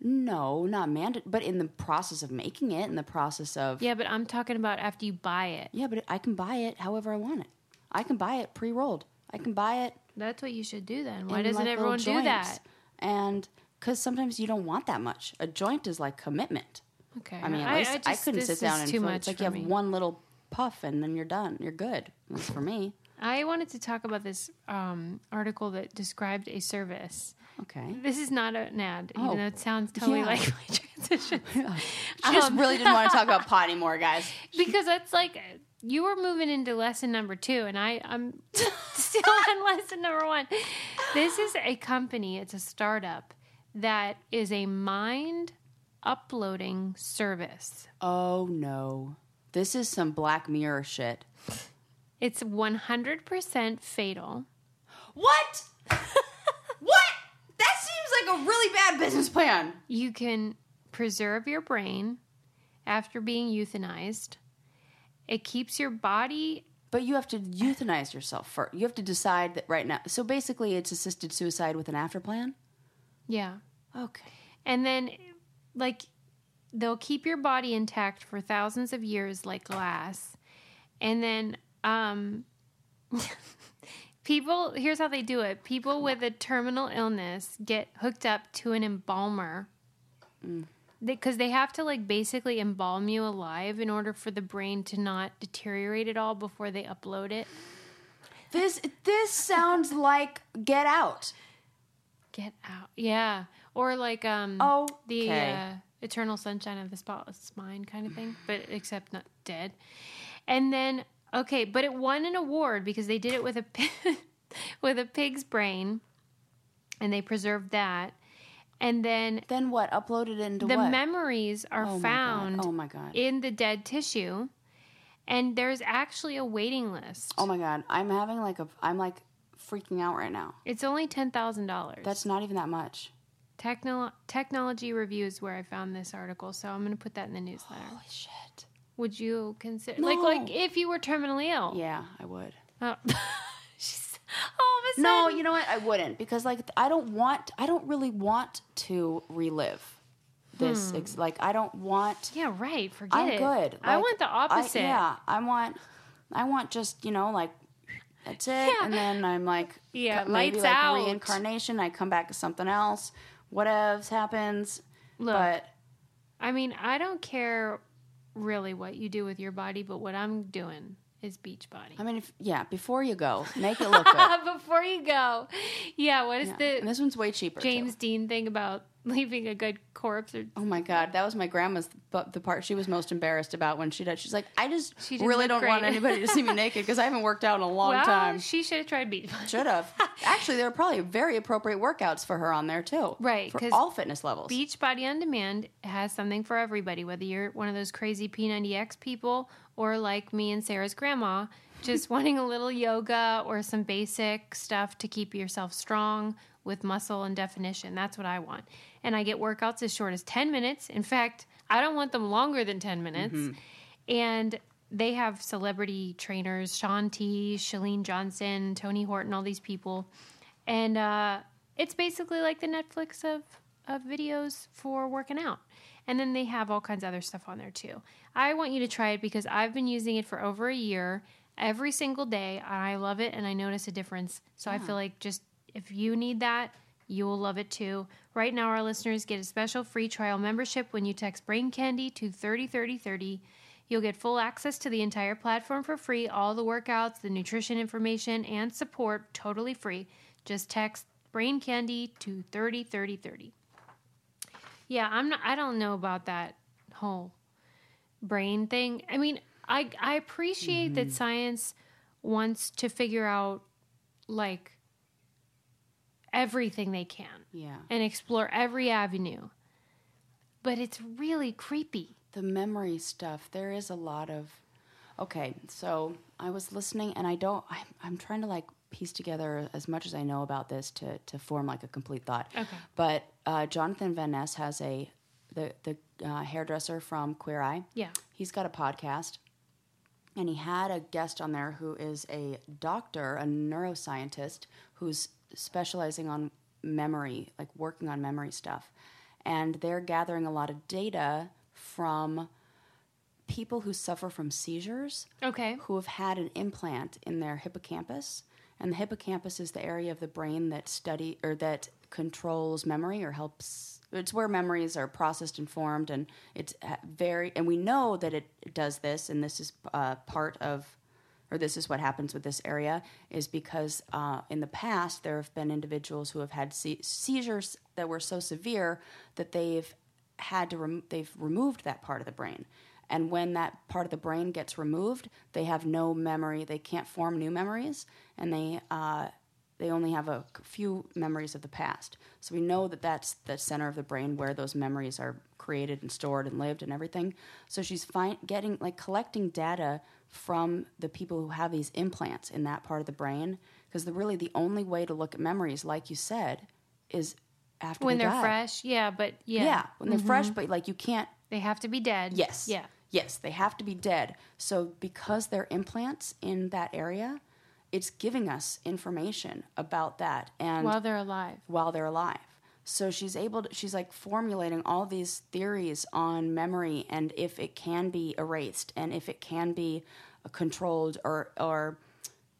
A: No, not mandatory, but in the process of making it, in the process of
B: Yeah, but I'm talking about after you buy it.
A: yeah, but I can buy it however I want it. I can buy it pre-rolled. I can buy it.
B: That's what you should do then. Why
A: in,
B: doesn't
A: like, little
B: everyone do
A: joints.
B: that?
A: And because sometimes you don't want that much. A joint is like commitment.
B: Okay.
A: I mean, at least I,
B: just-
A: couldn't
B: this
A: sit down
B: is
A: and
B: too
A: food.
B: much
A: It's like
B: for
A: you have
B: me.
A: one little puff and then you're done. You're good. That's for me.
B: I wanted to talk about this um, article that described a service.
A: Okay.
B: This is not an ad,
A: Oh.
B: even though it sounds totally
A: Yeah.
B: like my transition.
A: She just
B: Um,
A: really didn't want to talk about pot anymore, guys.
B: because that's like you were moving into lesson number two, and I I'm still on lesson number one. This is a company. It's a startup that is a mind uploading service.
A: Oh no. This is some Black Mirror shit.
B: It's 100% fatal.
A: What? what? That seems like a really bad business plan.
B: You can preserve your brain after being euthanized. It keeps your body.
A: But you have to euthanize yourself first. You have to decide that right now. So basically, it's assisted suicide with an after plan.
B: Yeah.
A: Okay.
B: And then, like, they'll keep your body intact for thousands of years, like glass. And then, um, people, here's how they do it people with a terminal illness get hooked up to an embalmer. Because they have to like basically embalm you alive in order for the brain to not deteriorate at all before they upload it.
A: This this sounds like Get Out.
B: Get out, yeah, or like um the
A: Okay.
B: uh, Eternal Sunshine of the Spotless Mind kind of thing, but except not dead. And then okay, but it won an award because they did it with a pi- with a pig's brain, and they preserved that. And then
A: Then what? Uploaded into
B: the
A: what?
B: memories are
A: Oh my God.
B: found
A: Oh my god.
B: in the dead tissue, and there's actually a waiting list.
A: Oh my god. I'm having like a. I'm like freaking out right now.
B: It's only ten thousand dollars.
A: That's not even that much.
B: Techno- technology review is where I found this article, so I'm going to put that in the newsletter.
A: Holy shit.
B: Would you consider like like
A: No.
B: if you were terminally ill?
A: Yeah, I would.
B: Oh. She's all of a sudden.
A: No, you know what? I wouldn't because like I don't want I don't really want to relive this ex- like I don't want
B: yeah, right. Forget
A: I'm
B: it.
A: good.
B: Hmm. I
A: Like,
B: want the opposite.
A: I, yeah, I want I want just, you know, like that's it and then I'm like
B: Yeah,
A: co- maybe
B: lights
A: like
B: out.
A: reincarnation, I come back as something else. Whatevs happens.
B: Look.
A: But
B: I mean, I don't care really what you do with your body, but what I'm doing is beach body.
A: I mean if yeah, before you go, make it look good.
B: Before you go, yeah. What is
A: Yeah.
B: the
A: and this one's way cheaper. too.
B: James Dean thing about leaving a good corpse or
A: Oh my god, that was my grandma's but the part she was most embarrassed about when she died. She's like, I just
B: She didn't
A: really
B: look
A: don't want
B: great.
A: anybody to see me naked because I haven't worked out in a long
B: well,
A: time.
B: she should have tried beach body.
A: Should have. Actually, there are probably very appropriate workouts for her on there too.
B: Right,
A: for
B: 'cause
A: all fitness levels.
B: Beach Body on Demand has something for everybody, whether you're one of those crazy P90X people or like me and Sarah's grandma, just wanting a little yoga or some basic stuff to keep yourself strong with muscle and definition. That's what I want. And I get workouts as short as 10 minutes. In fact, I don't want them longer than 10 minutes. And they have celebrity trainers, Sean T, Shalene Johnson, Tony Horton, all these people. And uh, it's basically like the Netflix of, of videos for working out. And then they have all kinds of other stuff on there too. I want you to try it because I've been using it for over a year every single day. and I love it and I notice a difference. So I feel like just if you need that, you will love it too. Right now, our listeners get a special free trial membership when you text Brain Candy to 303030. You'll get full access to the entire platform for free, all the workouts, the nutrition information, and support totally free. Just text Brain Candy to 303030. Yeah, I'm not I don't know about that whole brain thing. I mean, I I appreciate that science wants to figure out like everything they can
A: Yeah.
B: and explore every avenue. But it's really creepy.
A: The memory stuff. There is a lot of. Okay, so I was listening, and I don't. I'm, I'm trying to like piece together as much as I know about this to to form like a complete thought.
B: Okay.
A: But uh, Jonathan Van Ness has a the the uh, hairdresser from Queer Eye.
B: Yeah.
A: He's got a podcast, and he had a guest on there who is a doctor, a neuroscientist who's specializing on memory, like working on memory stuff. And they're gathering a lot of data from people who suffer from seizures
B: Okay.
A: who have had an implant in their hippocampus, and the hippocampus is the area of the brain that study or that controls memory or helps. It's where memories are processed and formed, and it's ha- very. And we know that it does this, and this is uh, part of, or this is what happens with this area, is because uh, in the past there have been individuals who have had se- seizures that were so severe that they've had to rem- they've removed that part of the brain and when that part of the brain gets removed they have no memory they can't form new memories and they uh, they only have a c- few memories of the past so we know that that's the center of the brain where those memories are created and stored and lived and everything so she's find, getting like collecting data from the people who have these implants in that part of the brain because the really the only way to look at memories like you said is after
B: When
A: they
B: they're
A: die.
B: fresh, yeah, but yeah,
A: Yeah, when they're fresh, but like you can't.
B: they have to be dead.
A: Yes.
B: Yeah.
A: Yes, they have to be dead. So because they're implants in that area, it's giving us information about that and
B: While they're alive.
A: while they're alive. So she's able to, she's like formulating all these theories on memory and if it can be erased and if it can be uh, controlled or or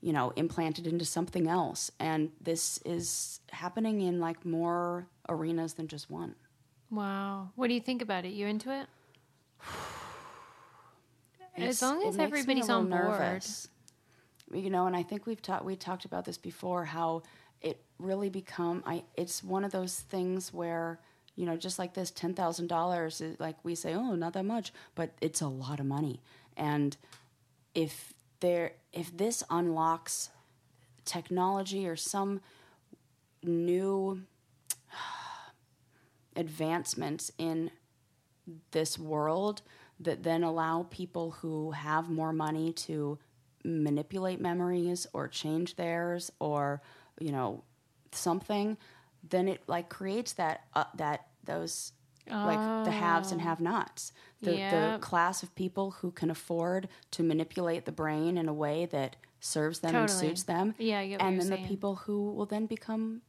A: you know implanted into something else. And this is happening in like more arenas than just one.
B: Wow. What do you think about it? You into it?
A: It's-
B: as long
A: it
B: as
A: makes me
B: everybody's
A: a
B: on
A: little
B: board.
A: nervous. You know, and I think we've talked we talked about this before how it really become I it's one of those things where you know, just like this ten thousand dollars like we say, Oh, not that much, but it's a lot of money. And if there if this unlocks technology or some new advancements in this world that then allow people who have more money to manipulate memories or change theirs or you know something then it like creates that uh, that those like the haves and have nots the,
B: Oh. Yep.
A: the class of people who can afford to manipulate the brain in a way that serves them and
B: Totally.
A: suits them
B: Yeah, I get what
A: and
B: you're
A: then
B: saying.
A: the people who will then become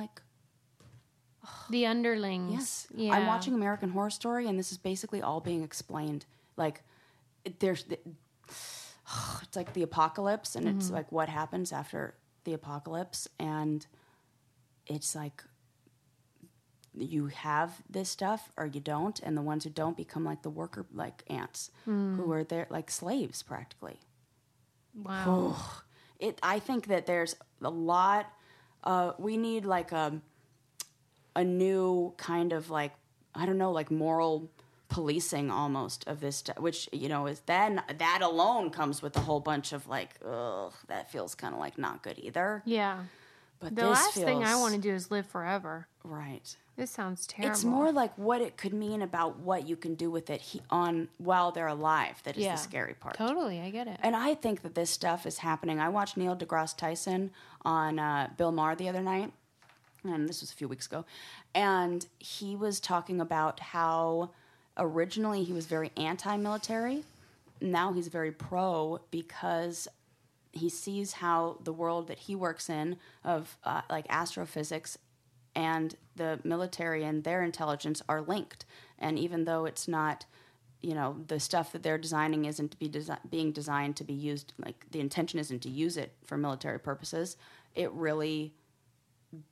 A: like
B: The underlings.
A: Yes.
B: Yeah.
A: I'm watching American Horror Story, and this is basically all being explained. Like, it- there's, the- it's like the apocalypse, and it's like what happens after the apocalypse, and it's like you have this stuff or you don't, and the ones who don't become like the worker, like ants, who are there like slaves practically.
B: Wow.
A: Ugh. it i think that there's a lot uh we need like a a new kind of like i don't know like moral policing almost of this stu- which you know is then that alone comes with a whole bunch of like ugh that feels kind of like not good either
B: Yeah.
A: but
B: The
A: this
B: last
A: feels
B: thing I want to do is live forever.
A: right
B: This sounds terrible.
A: it's more like what it could mean about what you can do with it he- on while they're alive that is
B: Yeah.
A: the scary part
B: Totally, I get it.
A: And I think that this stuff is happening. I watched Neil deGrasse Tyson on uh, Bill Maher the other night, and this was a few weeks ago, and he was talking about how originally he was very anti-military. Now he's very pro because he sees how the world that he works in of uh, like astrophysics and the military and their intelligence are linked. And even though it's not, you know, the stuff that they're designing isn't to be desi- being designed to be used, like the intention isn't to use it for military purposes, it really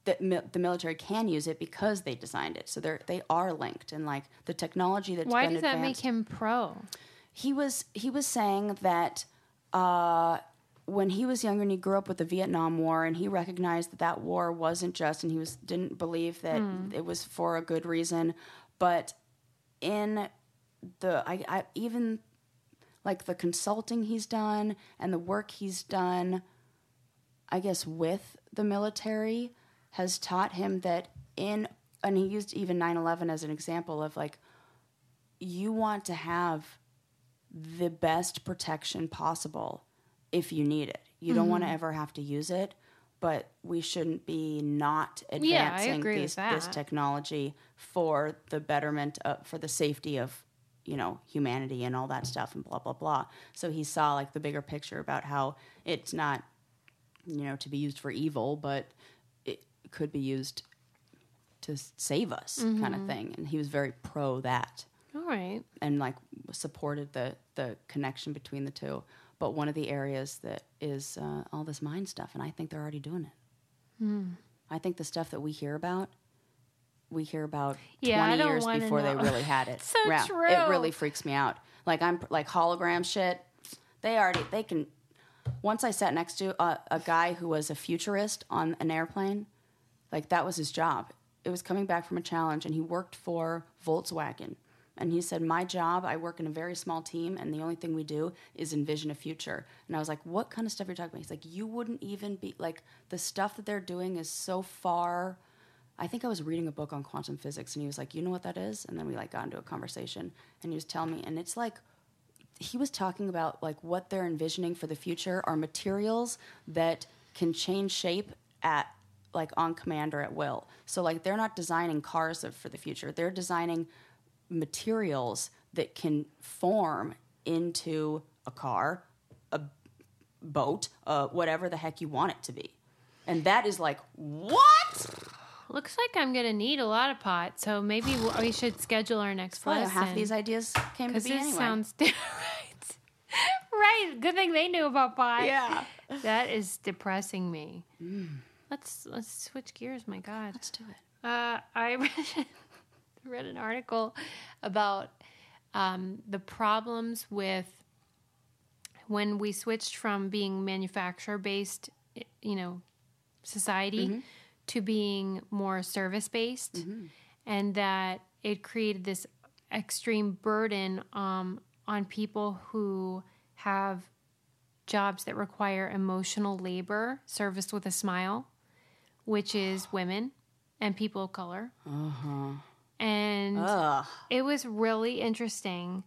A: that mi- the military can use it because they designed it. So they're they are linked, and like the technology that's
B: Why
A: been
B: does that make
A: advanced-
B: him pro?
A: He was he was saying that uh, when he was younger and he grew up with the Vietnam War, and he recognized that that war wasn't just, and he was didn't believe that it was for a good reason, but in the I, I even like the consulting he's done and the work he's done I guess, with the military has taught him that in, and he used even 9 11 as an example of like, you want to have the best protection possible if you need it. You don't
B: Mm-hmm.
A: want to ever have to use it, but we shouldn't be not
B: Yeah, I
A: advancing
B: agree with
A: these, this
B: that.
A: technology for the betterment of, for the safety of you know humanity and all that stuff and blah blah blah. So he saw like the bigger picture about how it's not you know to be used for evil, but it could be used to s- save us kind
B: Mm-hmm.
A: of thing. And he was very pro that
B: All right.
A: and like supported the the connection between the two. But one of the areas that is uh, all this mind stuff, and I think they're already doing it.
B: Hmm.
A: I think the stuff that we hear about, we hear about
B: Yeah, I
A: twenty
B: don't
A: years
B: wanna
A: before they
B: know.
A: really had it.
B: So true.
A: It really freaks me out. Like I'm like hologram shit. They already they can. Once I sat next to a, a guy who was a futurist on an airplane, like that was his job. It was coming back from a challenge, and he worked for Volkswagen. And he said, "My job, I work in a very small team, and the only thing we do is envision a future." And I was like, "What kind of stuff are you talking about?" He's like, "You wouldn't even be like the stuff that they're doing is so far." I think I was reading a book on quantum physics, and he was like, "You know what that is?" And then we like got into a conversation, and he was telling me, and it's like he was talking about like what they're envisioning for the future are materials that can change shape at like on command or at will. So like they're not designing cars of- for the future. They're designing materials that can form into a car, a boat, uh, whatever the heck you want it to be. And that is like what?
B: Looks like I'm going to need a lot of pot, so maybe w- we should schedule our next
A: Well,
B: lesson.
A: half these ideas came to
B: Because
A: be
B: this
A: anyway.
B: sounds right. right. Good thing they knew about pot.
A: yeah. Mm.
B: That is depressing me. Let's let's switch gears. My God.
A: Let's do it.
B: Uh, I read, read an article about um, the problems with when we switched from being manufacturer based, you know, society to being more service based, and that it created this extreme burden um, on people who have jobs that require emotional labor serviced with a smile, which is women and people of color. And
A: Ugh.
B: it was really interesting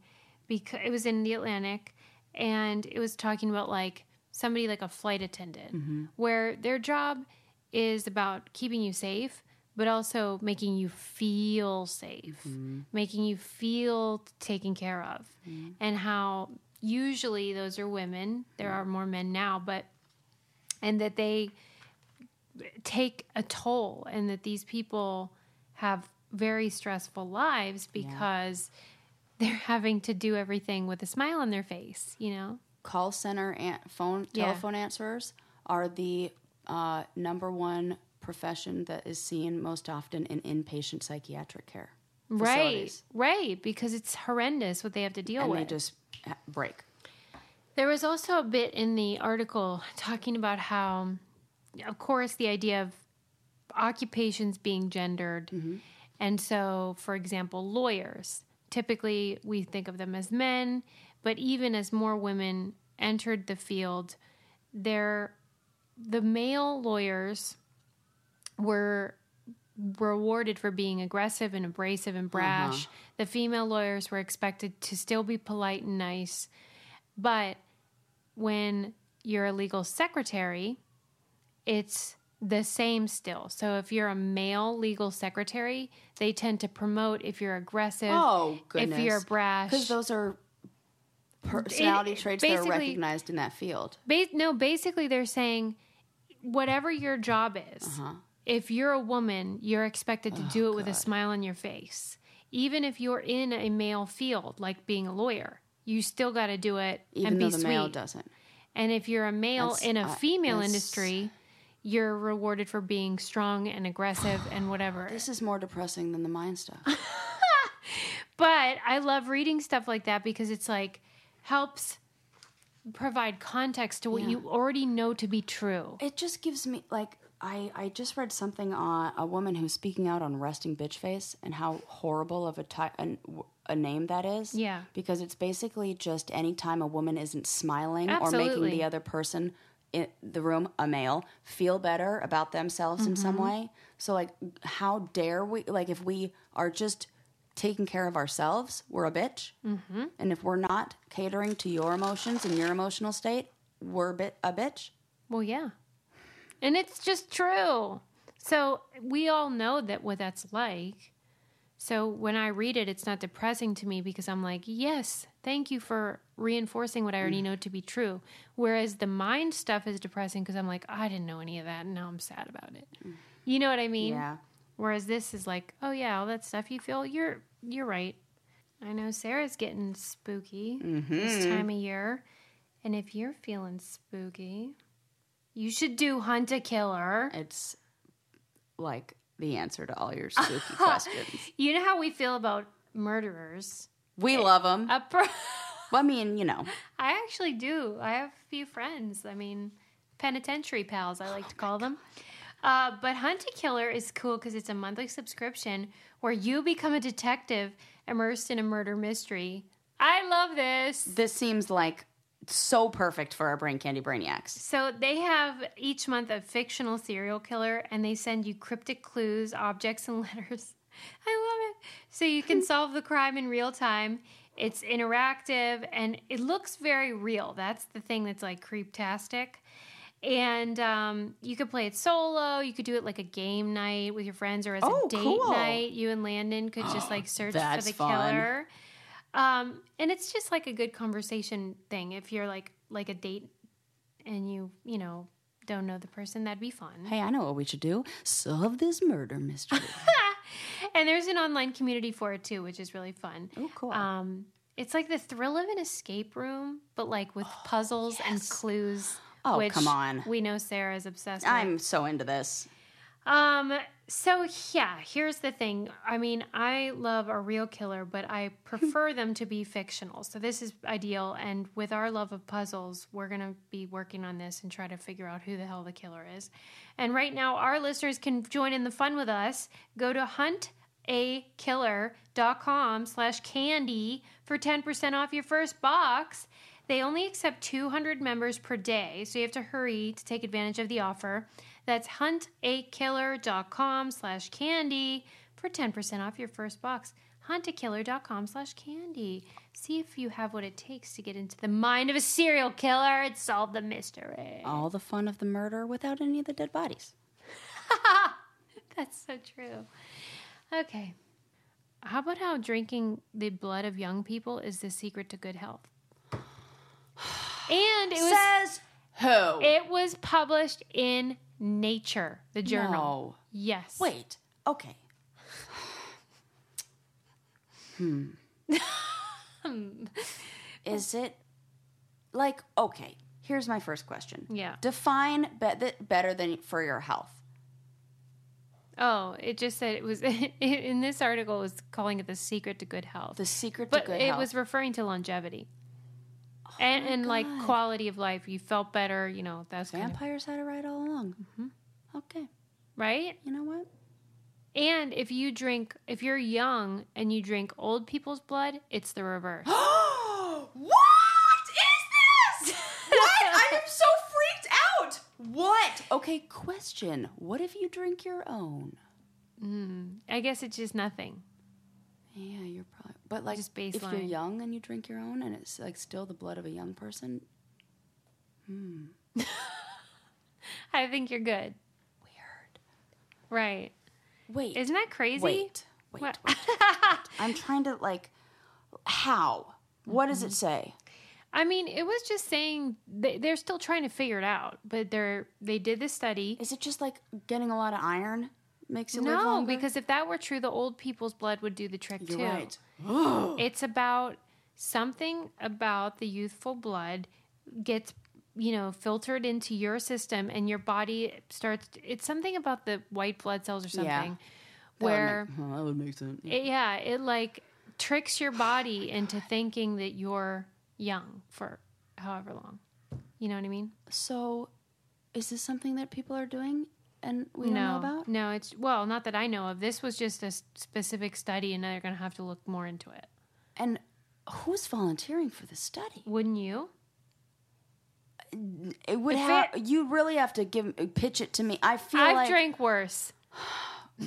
B: because it was in the Atlantic and it was talking about like somebody like a flight attendant where their job is about keeping you safe but also making you feel safe making you feel taken care of and how usually those are women there are more men now but and that they take a toll and that these people have very stressful lives because they're having to do everything with a smile on their face, you know?
A: call center and phone
B: Yeah.
A: telephone answerers are the uh, number one profession that is seen most often in inpatient psychiatric care facilities.
B: Right. Right, because it's horrendous what they have to deal
A: and
B: with.
A: they just ha- break.
B: There was also a bit in the article talking about how, of course, the idea of occupations being gendered. And so, for example, lawyers, typically we think of them as men, but even as more women entered the field, they're, the male lawyers were rewarded for being aggressive and abrasive and brash.
A: Uh-huh.
B: The female lawyers were expected to still be polite and nice. But when you're a legal secretary, it's the same still. So if you're a male legal secretary, they tend to promote if you're aggressive,
A: Oh goodness!
B: if you're brash.
A: because those are personality
B: It-
A: traits that are
B: basically-
A: recognized in that field. Uh-huh.
B: Ba- no, basically they're saying whatever your job is, if you're a woman, you're expected to
A: Oh,
B: do it with a smile on your face. Even if you're in a male field, like being a lawyer, you still got to do it
A: even
B: and be
A: though the
B: sweet.
A: male doesn't.
B: And if you're a male
A: That's-
B: in a
A: I-
B: female
A: that's-
B: industry, you're rewarded for being strong and aggressive and whatever.
A: This is more depressing than the mind stuff.
B: but I love reading stuff like that because it's like helps provide context to what
A: Yeah.
B: you already know to be true.
A: it just gives me like I, I just read something on a woman who's speaking out on resting bitch face and how horrible of a ti- an, w- a name that is.
B: Yeah.
A: Because it's basically just any time a woman isn't smiling or making
B: Absolutely.
A: the other person in the room, a male, feel better about themselves in
B: Mm-hmm.
A: some way. So like how dare we like if we are just taking care of ourselves, we're a bitch. Mm-hmm. And if we're not catering to your emotions and your emotional state, we're a bit a bitch.
B: Well, yeah. And it's just true. So we all know that what that's like. So when I read it, it's not depressing to me because I'm like, yes, thank you for reinforcing what I already know to be true. Whereas the mind stuff is depressing because I'm like, I didn't know any of that and now I'm sad about it. You know what I mean?
A: Yeah.
B: Whereas this is like, oh yeah, all that stuff you feel, you're you're right. I know Sarah's getting spooky this time of year. And if you're feeling spooky, you should do Hunt a Killer.
A: It's like the answer to all your spooky questions.
B: You know how we feel about murderers.
A: We love them.
B: A pro-
A: I mean, you know,
B: I actually do. I have a few friends. I mean, penitentiary pals, I like to call them. Uh, but Hunt a Killer is cool because it's a monthly subscription where you become a detective immersed in a murder mystery. I love this.
A: this seems like so perfect for our brain candy brainiacs.
B: So they have each month a fictional serial killer, and they send you cryptic clues, objects, and letters. I love it. So you can solve the crime in real time. It's interactive and it looks very real. That's the thing that's like creeptastic. And um, you could play it solo. You could do it like a game night with your friends or as
A: Oh,
B: a date
A: cool.
B: night. You and Landon could just like search for
A: That's
B: the
A: fun.
B: killer. Um, and it's just like a good conversation thing. If you're like like a date and you you know don't know the person that'd be fun
A: Hey, I know what we should do. Solve this murder mystery.
B: and there's an online community for it too which is really fun
A: Oh, cool.
B: um it's like the thrill of an escape room but like with puzzles and clues
A: Oh,
B: which
A: come on.
B: we know sarah's obsessed with
A: I'm so into this.
B: Um, so yeah, here's the thing. I mean, I love a real killer, but I prefer them to be fictional. So this is ideal. And with our love of puzzles, we're gonna be working on this and try to figure out who the hell the killer is. And right now, our listeners can join in the fun with us. Go to huntakiller.com slash candy for 10% off your first box. They only accept 200 members per day, so you have to hurry to take advantage of the offer. That's huntakiller.com slash candy for 10% off your first box. Huntakiller.com slash candy. See if you have what it takes to get into the mind of a serial killer and solve the mystery.
A: All the fun of the murder without any of the dead bodies.
B: That's so true. Okay. How about how drinking the blood of young people is the secret to good health? And it was
A: Says who?
B: It was published in Nature, the journal.
A: No.
B: Yes.
A: Wait. Okay. Hmm. Is it like okay? Here's my first question.
B: Yeah.
A: Define be- th- better than for your health.
B: Oh, it just said it was in this article it was calling it the secret to good health.
A: The secret
B: but
A: to good
B: it
A: health. Oh
B: was referring to longevity. and and like quality of life. You felt better, you know, that's kind of,
A: Vampires had it right all along. Okay.
B: right?
A: You know what?
B: And if you drink if you're young and you drink old people's blood, it's the reverse.
A: what is this? What? I am so freaked out. What? Okay. Question. What if you drink your own?
B: I guess it's just nothing.
A: Yeah, you're probably. But like,
B: Just
A: if you're
B: baseline.
A: young and you drink your own, and it's like still the blood of a young person,
B: I think you're good.
A: weird.
B: Right.
A: Wait,
B: Isn't that crazy?
A: wait, wait, wait,
B: What- Mm-hmm.
A: wait, wait. I'm trying to like, how? What does it say?
B: I mean, it was just saying they, they're still trying to figure it out, but they're they did the study.
A: Is it just like getting a lot of iron makes you live
B: No,
A: longer?
B: because if that were true, the old people's blood would do the trick
A: you're
B: too.
A: right.
B: It's about something about the youthful blood gets you know filtered into your system, and your body starts. It's something about the white blood cells or something
A: Yeah.
B: where
A: that would make, oh, that would make sense.
B: it, yeah, it like tricks your body into thinking that you're young for however long. You know what I mean?
A: So, is this something that people are doing and we don't know about?
B: No, it's well, not that I know of. This was just a s- specific study, and now you're going to have to look more into it.
A: And who's volunteering for the study?
B: Wouldn't you?
A: It would
B: If
A: have. You really have to give pitch it to me. I feel
B: I've
A: like.
B: drank worse.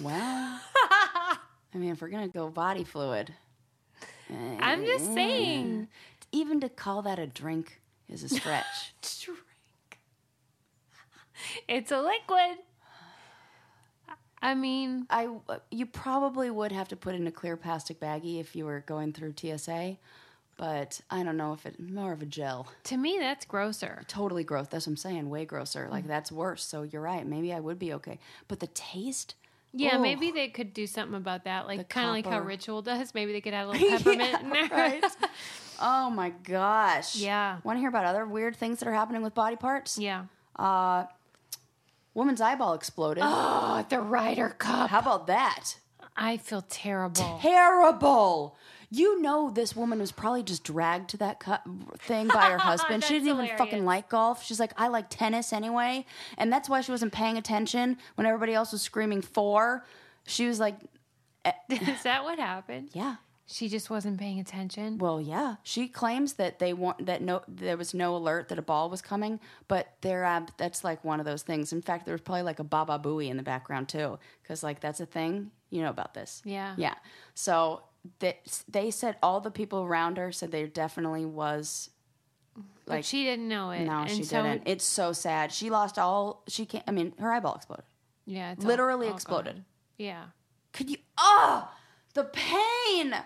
A: Well, I mean, if we're gonna go body fluid, eh,
B: I'm just saying.
A: even to call that a drink is a stretch.
B: Drink. It's a liquid. I mean,
A: I uh, you probably would have to put in a clear plastic baggie if you were going through TSA, but I don't know if it more of a gel.
B: to me, that's grosser.
A: Totally gross. That's what I'm saying. Way grosser. Like that's worse. So you're right. Maybe I would be okay. But the taste.
B: Yeah,
A: Oh,
B: maybe they could do something about that, like kind of like how
A: copper.
B: Ritual does. Maybe they could add a little peppermint in there.
A: right. Oh my gosh.
B: Yeah.
A: Want to hear about other weird things that are happening with body parts?
B: Yeah.
A: Uh, woman's eyeball exploded.
B: Oh, the Ryder Cup.
A: How about that?
B: I feel terrible.
A: terrible. You know, this woman was probably just dragged to that cu- thing by her husband. she
B: That's
A: didn't even
B: hilarious.
A: fucking like golf. She's like, I like tennis anyway. And that's why she wasn't paying attention when everybody else was screaming four. She was like,
B: Is that what happened?
A: yeah.
B: She just wasn't paying attention.
A: Well, yeah. She claims that they want that no there was no alert that a ball was coming, but there uh, that's like one of those things. In fact, there was probably like a baba booey in the background too, because like that's a thing. You know about this?
B: Yeah.
A: yeah. So that they said all the people around her said there definitely was.
B: but she didn't know it.
A: No,
B: And
A: she
B: so-
A: didn't. It's so sad. She lost all. She can't. I mean, her eyeball exploded.
B: Yeah, it's
A: Literally
B: gone.
A: exploded.
B: Yeah,
A: Could you? Oh, the pain!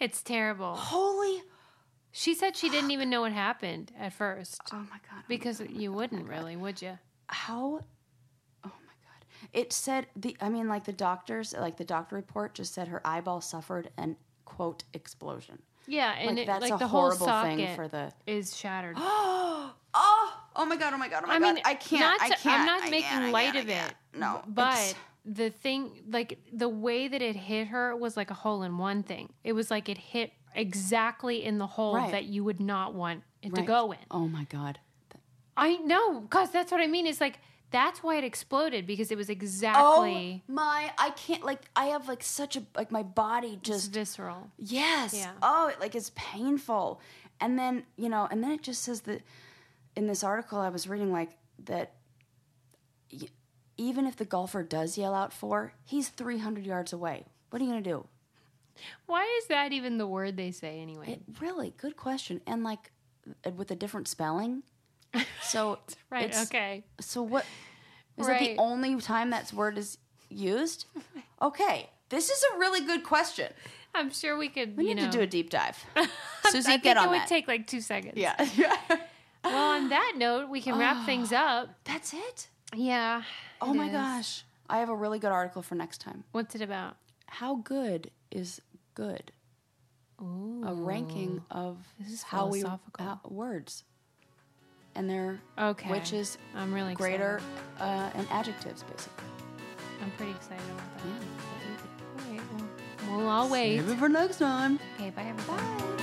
B: it's terrible.
A: Holy!
B: She said she didn't even know what happened at first
A: Oh my god!
B: because you wouldn't really, would you?
A: how oh my god it said the i mean like the doctors like the doctor report just said her eyeball suffered an quote explosion
B: Yeah, and
A: like
B: it,
A: that's
B: like
A: a
B: the whole
A: horrible
B: socket
A: thing for the
B: is shattered.
A: oh oh oh my god oh my god oh my
B: I mean,
A: god i can't
B: Not
A: I
B: to-
A: can't
B: I'm
A: I
B: not
A: can't,
B: making
A: I
B: light
A: can't, I
B: of it.
A: can't. no
B: b- but
A: it's-
B: the thing, like the way that it hit her was like a hole in one thing. It was like it hit exactly in the hole
A: Right.
B: that you would not want it to
A: Right.
B: go in.
A: oh my god
B: I know, cause that's what I mean. Is like that's why it exploded because it was exactly
A: oh my i can't like i have like such a like my body just
B: visceral.
A: Yes.
B: Yeah.
A: Oh, it like it's painful. And then, you know, and then it just says that in this article I was reading like that y- even if the golfer does yell out four, he's 300 yards away. What are you going to do?
B: Why is that even the word they say anyway?
A: It really good question and like uh, with a different spelling. So
B: right.
A: it's-
B: okay.
A: So what is it
B: Right.
A: the only time that word is used? Okay. This is a really good question.
B: I'm sure we could.
A: We
B: you
A: need
B: know,
A: to do a deep dive.
B: I
A: Susie,
B: think
A: get
B: it
A: on
B: would
A: that.
B: take like two seconds.
A: yeah.
B: Well, on that note, we can wrap things up.
A: That's it.
B: Ah. Yeah.
A: Oh
B: it
A: my
B: is.
A: gosh. I have a really good article for next time.
B: What's it about?
A: How good is good?
B: Ooh.
A: A ranking of
B: This is
A: how we
B: philosophical.
A: how- words and their
B: Okay.
A: which is
B: I'm really excited.
A: greater uh, and adjectives basically.
B: I'm pretty excited about
A: Yeah.
B: that. All right. Well, we'll all wait.
A: Maybe for next time.
B: Okay. Bye, everybody.
A: Bye.